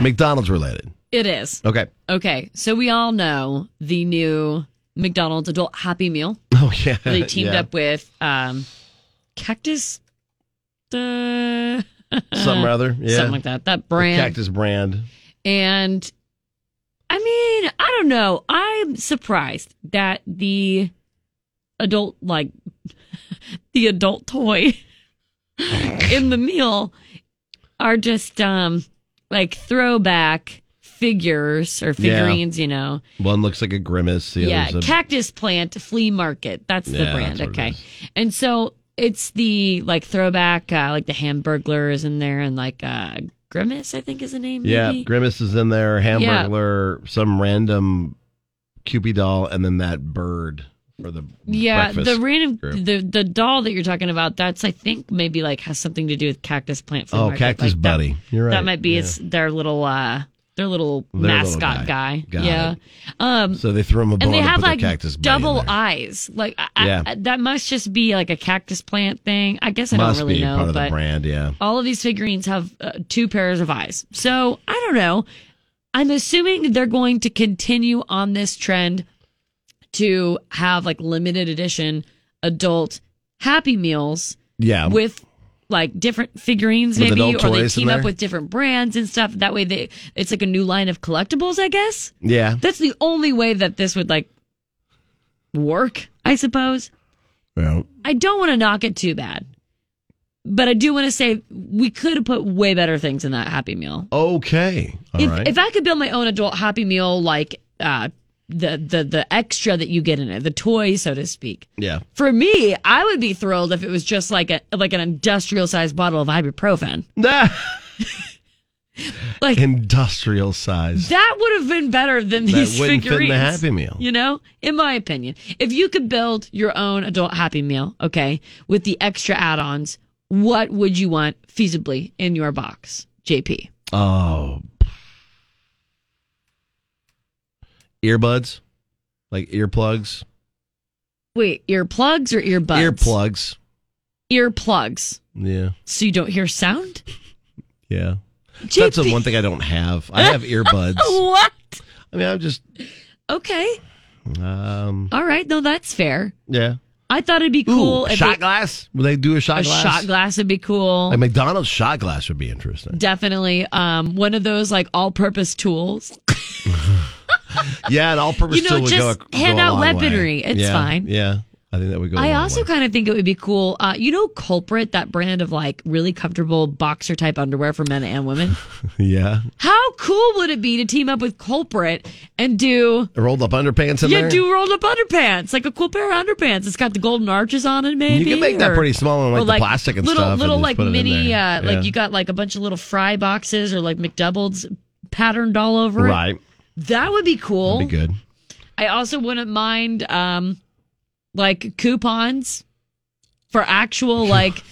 McDonald's related.
It is.
Okay. (laughs)
Okay, so we all know the new McDonald's adult
(laughs)
Happy Meal.
Oh, yeah.
They teamed
Yeah.
up with um, Cactus. Uh, (laughs)
Something or other. Yeah.
Something like that. That
The
brand.
Cactus brand.
And I mean, I don't know. I'm surprised that the adult, like, (laughs) the adult toy (laughs) in the meal are just um like throwback figures or
Yeah.
figurines, you know.
One looks like a grimace. The
Yeah,
other's a-
cactus plant flea market. That's the
Yeah,
brand.
that's what it
okay, and so it's the like throwback, uh, like the Hamburglar is in there, and like uh, Grimace, I think is the name.
yeah,
maybe?
grimace is in there.
Yeah.
Hamburglar, some random Cupid doll, and then that bird for the
yeah.
breakfast
The random
group.
the the doll that you're talking about. That's I think maybe like has something to do with cactus plant. flea
Oh,
market.
Cactus
Like, that-
Buddy. You're right.
That might be
Yeah.
it's their little uh their little
Their little
mascot guy.
guy. Got
Yeah.
it.
Um.
so they throw him a bone
and they have
put
like
the cactus buddy in
double
there.
eyes. Like I, I-
Yeah.
I- that must just be like a cactus plant thing. I guess I
Must
don't really
be
know,
part of
but
the brand. Yeah.
all of these figurines have uh, two pairs of eyes. So I don't know. I'm assuming they're going to continue on this trend to have like limited edition adult Happy Meals.
Yeah.
With like different figurines,
Um, With
maybe,
adult
or they
toys in
team up
there?
with different brands and stuff. That way, they it's like a new line of collectibles, I guess.
Yeah.
That's the only way that this would like work, I suppose.
Well,
I don't want to knock it too bad, but I do want to say we could have put way better things in that Happy Meal.
Okay. All right.
if, if I could build my own adult Happy Meal, like uh, the the the extra that you get in it, the toy, so to speak.
yeah.
For me, I would be thrilled if it was just like a like an industrial sized bottle of ibuprofen. (laughs)
(laughs)
Like-
industrial size.
That would have been better than
That
these
wouldn't fit in the
figurines.
Happy Meal.
You know, in my opinion, if you could build your own adult Happy Meal, okay, with the extra add-ons, what would you want feasibly in your box, JP?
Oh. Earbuds? Like earplugs?
Wait, earplugs or earbuds?
Earplugs.
Earplugs.
Yeah.
So you don't hear sound?
Yeah. That's the one thing I don't have. I
Oh.
have earbuds.
(laughs) what?
I mean, I'm just
Okay.
um
All right. No, that's fair.
yeah.
I thought it'd be cool.
Ooh,
if
shot
it-
glass? Will they do a shot
a
glass?
shot glass would be cool.
Like McDonald's shot glass would be interesting.
Definitely. Um, one of those like all-purpose tools.
Yeah, and all purpose
You know,
still would go,
just
a- go
hand
a
out
long way.
weaponry. It's
Yeah,
fine.
Yeah. I think that would go a
I
long
also
way.
kind of think it would be cool. Uh, you know, Culprit, that brand of like really comfortable boxer type underwear for men and
(laughs)
women.
Yeah.
How cool would it be to team up with Culprit and do
Rolled up underpants in
yeah,
there.
do rolled up underpants like a cool pair of underpants. It's got the golden arches on it, maybe.
You can make that
or-
pretty small and like,
or,
the plastic and
little,
stuff. and
Little
just
like
put it in
mini,
there.
uh, like
Yeah.
you got like a bunch of little fry boxes or like McDoubles patterned all over it.
right.
That would be cool.
That'd be good.
I also wouldn't mind um like coupons for
(laughs)
actual like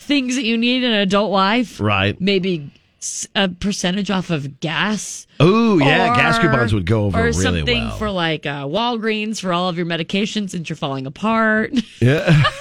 things that you need in adult life.
Right.
Maybe s- a percentage off of gas.
Ooh, yeah,
or-
gas coupons would go over
or
really
something
well.
for like uh, Walgreens for all of your medications since you're falling apart. (laughs)
Yeah. (laughs)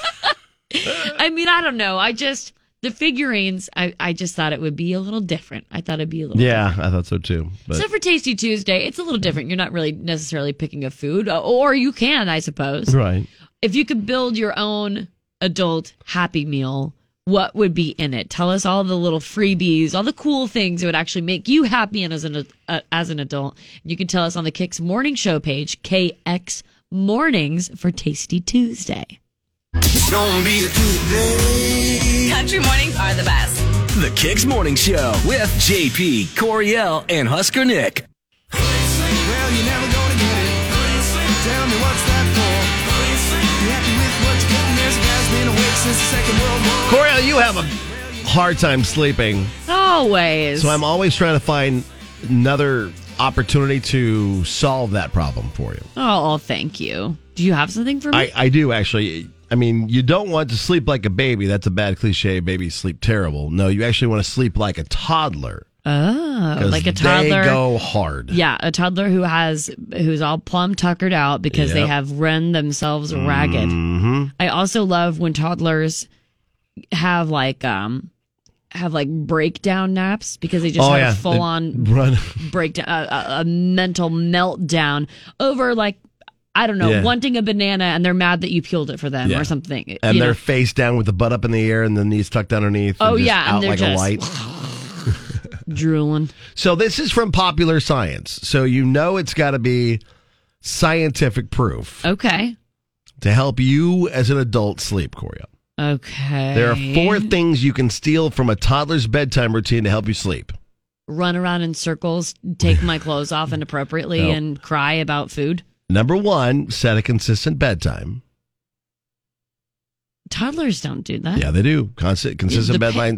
I mean, I don't know. I just the figurines. I I just thought it would be a little different. I thought it'd be a little
yeah, I thought so too. But
so for Tasty Tuesday, it's a little different. You're not really necessarily picking a food, uh, or you can, I suppose.
right.
If you could build your own adult Happy Meal what would be in it? Tell us all the little freebies, all the cool things that would actually make you happy and as an uh, as an adult. You can tell us on the Kix Morning Show page, KX Mornings for Tasty Tuesday.
Don't be Country mornings are the best.
The Kicks Morning Show with JP, Coriel, and Husker Nick.
Well, you're never gonna get it. Tell me what's that for? You happy with what you're getting? There's a guy's been awake since the Second World War.
Coriel, you have a hard time sleeping.
Always.
So I'm always trying to find another opportunity to solve that problem for you.
Oh, thank you. Do you have something for me?
I, I do actually. I mean, you don't want to sleep like a baby. That's a bad cliche. Babies sleep terrible. No, you actually want to sleep like a toddler.
oh,
'Cause
like a toddler.
They go hard.
Yeah, a toddler who has who's all plum tuckered out because they
Yep. Mm-hmm.
have run themselves ragged. I also love when toddlers have like um have like breakdown naps because they just
Oh,
have
yeah.
a
They
full on
run. (laughs)
breakdown a, a, a mental meltdown over like I don't know
Yeah.
wanting a banana and they're mad that you peeled it for them
Yeah.
or something.
And
you
they're
know?
face down with the butt up in the air and the knees tucked underneath.
Oh,
and just
yeah, and
out
they're
like a
just- (sighs)
light.
drooling.
So this is from Popular Science. So you know it's got to be scientific proof
okay
to help you as an adult sleep, Corio.
okay.
There are four things you can steal from a toddler's bedtime routine to help you sleep.
run around in circles, take my
(laughs)
clothes off inappropriately,
No.
and cry about food.
Number one, set a consistent bedtime.
Toddlers don't do that.
Yeah, they do. Constant, consistent
The pa-
bedtime.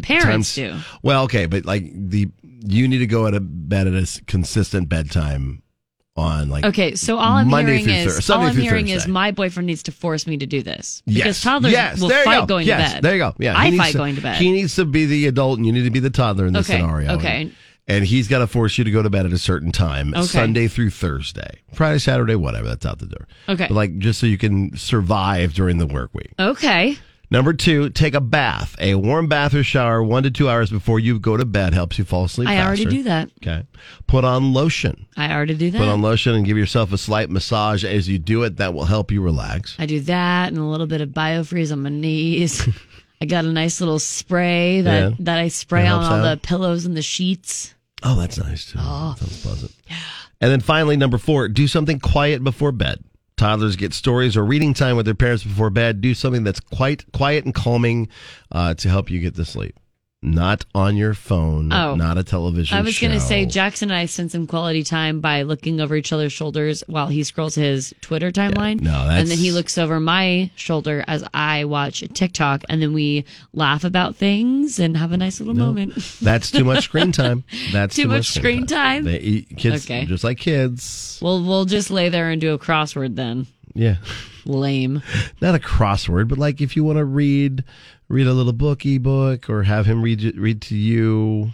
times-
parents do.
Well, okay, but like the you need to go at a bed at a s- consistent bedtime on like
okay, so all I'm
Monday
hearing
through
is
Thur- Sunday
all I'm
through
hearing is
Thursday.
my boyfriend needs to force me to do this
Yes.
because toddlers
yes.
will
there you
fight
go.
going
Yes.
to bed.
There you go. Yeah,
I
he needs
fight
to-
going to bed.
He needs to be the adult, and you need to be the toddler in this
Okay,
scenario.
okay.
And he's got to force you to go to bed at a certain time,
Okay.
Sunday through Thursday, Friday, Saturday, whatever. That's out the door.
Okay.
But like just so you can survive during the work week.
okay,
Number two, take a bath. A warm bath or shower one to two hours before you go to bed helps you fall asleep.
I already
faster.
do that.
Okay. Put on lotion.
I already do that.
Put on lotion and give yourself a slight massage as you do it. That will help you relax.
I do that and a little bit of biofreeze on my
(laughs)
knees. I got a nice little spray that
Yeah.
that I spray
That
on
helps
all
out.
the pillows and the sheets.
Oh, that's nice too.
Oh.
Sounds pleasant. And then finally, number four, do something quiet before bed. Toddlers get stories or reading time with their parents before bed. Do something that's quite quiet and calming uh, to help you get to sleep. Not on your phone.
Oh.
Not a television.
I was going to
show.
say Jackson and I spend some quality time by looking over each other's shoulders while he scrolls his Twitter timeline.
no,
and then
that's-
he looks over my shoulder as I watch TikTok, and then we laugh about things and have a nice little moment.
That's too much screen
(laughs)
time. That's
Too
too,
much screen time?
They eat kids
Okay.
just like kids.
(laughs) Well, we'll just lay there and do a crossword then.
Yeah.
Lame.
Not a crossword, but like if you want to read, read a little book, ebook, or have him read it- read to you.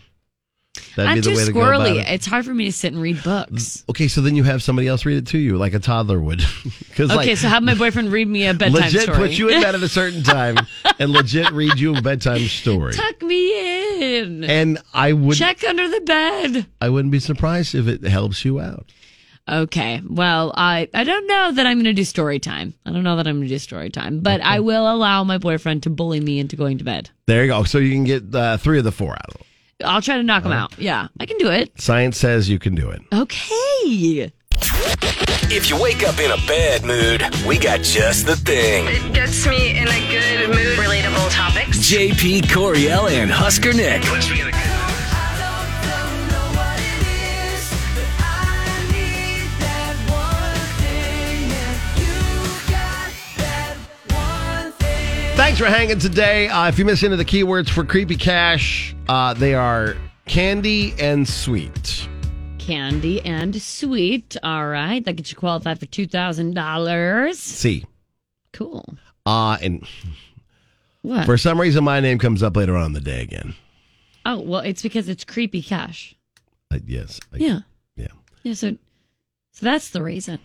That'd
I'm
be the
too
way to go about
squirrely.
it.
It's hard for me to sit and read books.
Okay, so then you have somebody else read it to you, like a toddler would. (laughs) Because
Okay,
like,
so have
(laughs)
my boyfriend read me a bedtime
legit
story.
put you in bed at
(laughs)
a certain time and legit read you a bedtime story.
Tuck me in.
And I would
Check under the bed.
I wouldn't be surprised if it helps you out.
Okay. Well, I, I don't know that I'm going to do story time. I don't know that I'm going to do story time, but I will allow my boyfriend to bully me into going to bed.
There you go. So you can get uh, three of the four out of them.
I'll try to knock him
All right.
out. Yeah, I can do it.
Science says you can do it.
Okay.
If you wake up in a bad mood, we got just the thing.
It gets me in a good mood. Relatable topics.
JP, Coriel, and Husker Nick.
Thanks for hanging today. Uh, if you miss any of the keywords for Creepy Cash, uh, they are candy and sweet.
Candy and sweet. All right. That gets you qualified for $2,000.
See.
Cool.
Uh, and
What?
for some reason, my name comes up later on in the day again.
oh, well, it's because it's creepy cash.
Uh, yes. I-
yeah.
yeah.
Yeah. So, so that's the reason,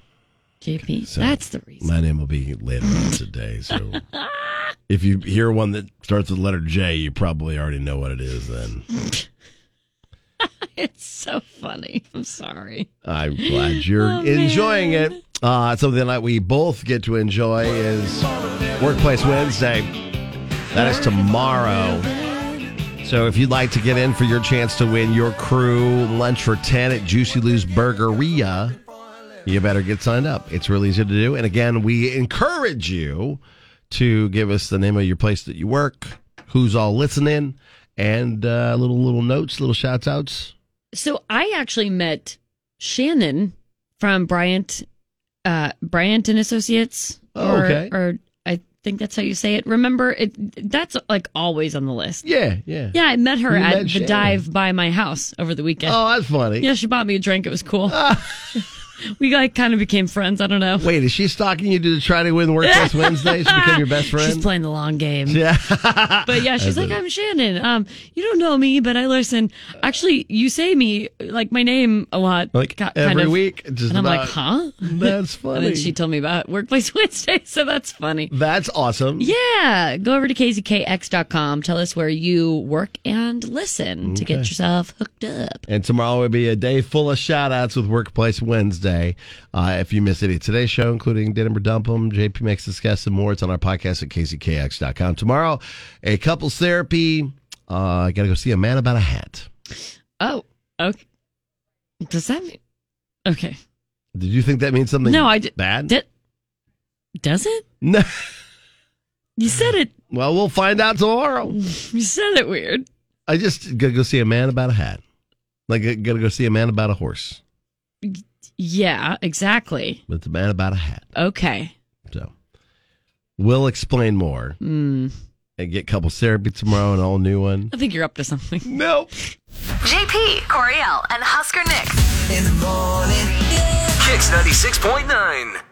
JP.
So
that's the reason.
My name will be later on today. So if you hear one that starts with the letter J, you probably already know what it is then.
(laughs) it's so funny. I'm sorry.
I'm glad you're
Oh, man.
enjoying it. Uh, something that we both get to enjoy is Workplace Wednesday. That is tomorrow. So if you'd like to get in for your chance to win your crew lunch for 10 at Juicy Lou's Burgeria, you better get signed up. It's really easy to do. And again, we encourage you to give us the name of your place that you work, who's all listening, and uh, little little notes, little shout outs.
So I actually met Shannon from Bryant, uh, Bryant and Associates.
Oh,
or,
okay.
Or I think that's how you say it. Remember, it that's like always on the list.
Yeah, yeah.
Yeah, I met her
You
at
met
the
Shannon.
dive by my house over the weekend.
Oh, that's funny.
Yeah, she bought me a drink. It
(laughs)
was cool. we like kind of became friends. I don't know.
Wait, is she stalking you to try to win
(laughs)
Workplace Wednesday? She became your best friend?
She's playing the long game.
(laughs) Yeah.
but yeah, she's
I
like,
did it.
I'm Shannon. Um, you don't know me, but I listen. Actually, you say me like my name a lot,
Like,
ki- kind
every
of.
week, just
and I'm like, huh?
about.
(laughs)
That's
and
funny.
then she told me about Workplace (laughs) Wednesday, so that's funny.
That's awesome.
Yeah, go over to kzkx.com. Tell us where you work and listen to get
Okay.
yourself hooked up.
And tomorrow will be a day full of shout outs with Workplace Wednesday. Uh, if you miss any of today's show, including Denim or Dump 'Em, JP Makes Discuss and more, it's on our podcast at kzkx.com. Tomorrow, a couples therapy. Uh, I got to go see a man about a hat.
Oh, okay. Does that mean? Okay.
Did you think that means something
No, I d-
bad?
did- does it?
(laughs) No.
You said it.
Well, we'll find out tomorrow.
You said it weird.
I just got to go see a man about a hat. Like, I got to go see a man about a horse.
Yeah, exactly.
But it's a man about a hat.
Okay.
So we'll explain more
Mm.
and get couples therapy tomorrow, an all new one.
I think you're up to something.
Nope.
JP, Coriel, and Husker Nick. In the morning.
Kicks 96.9.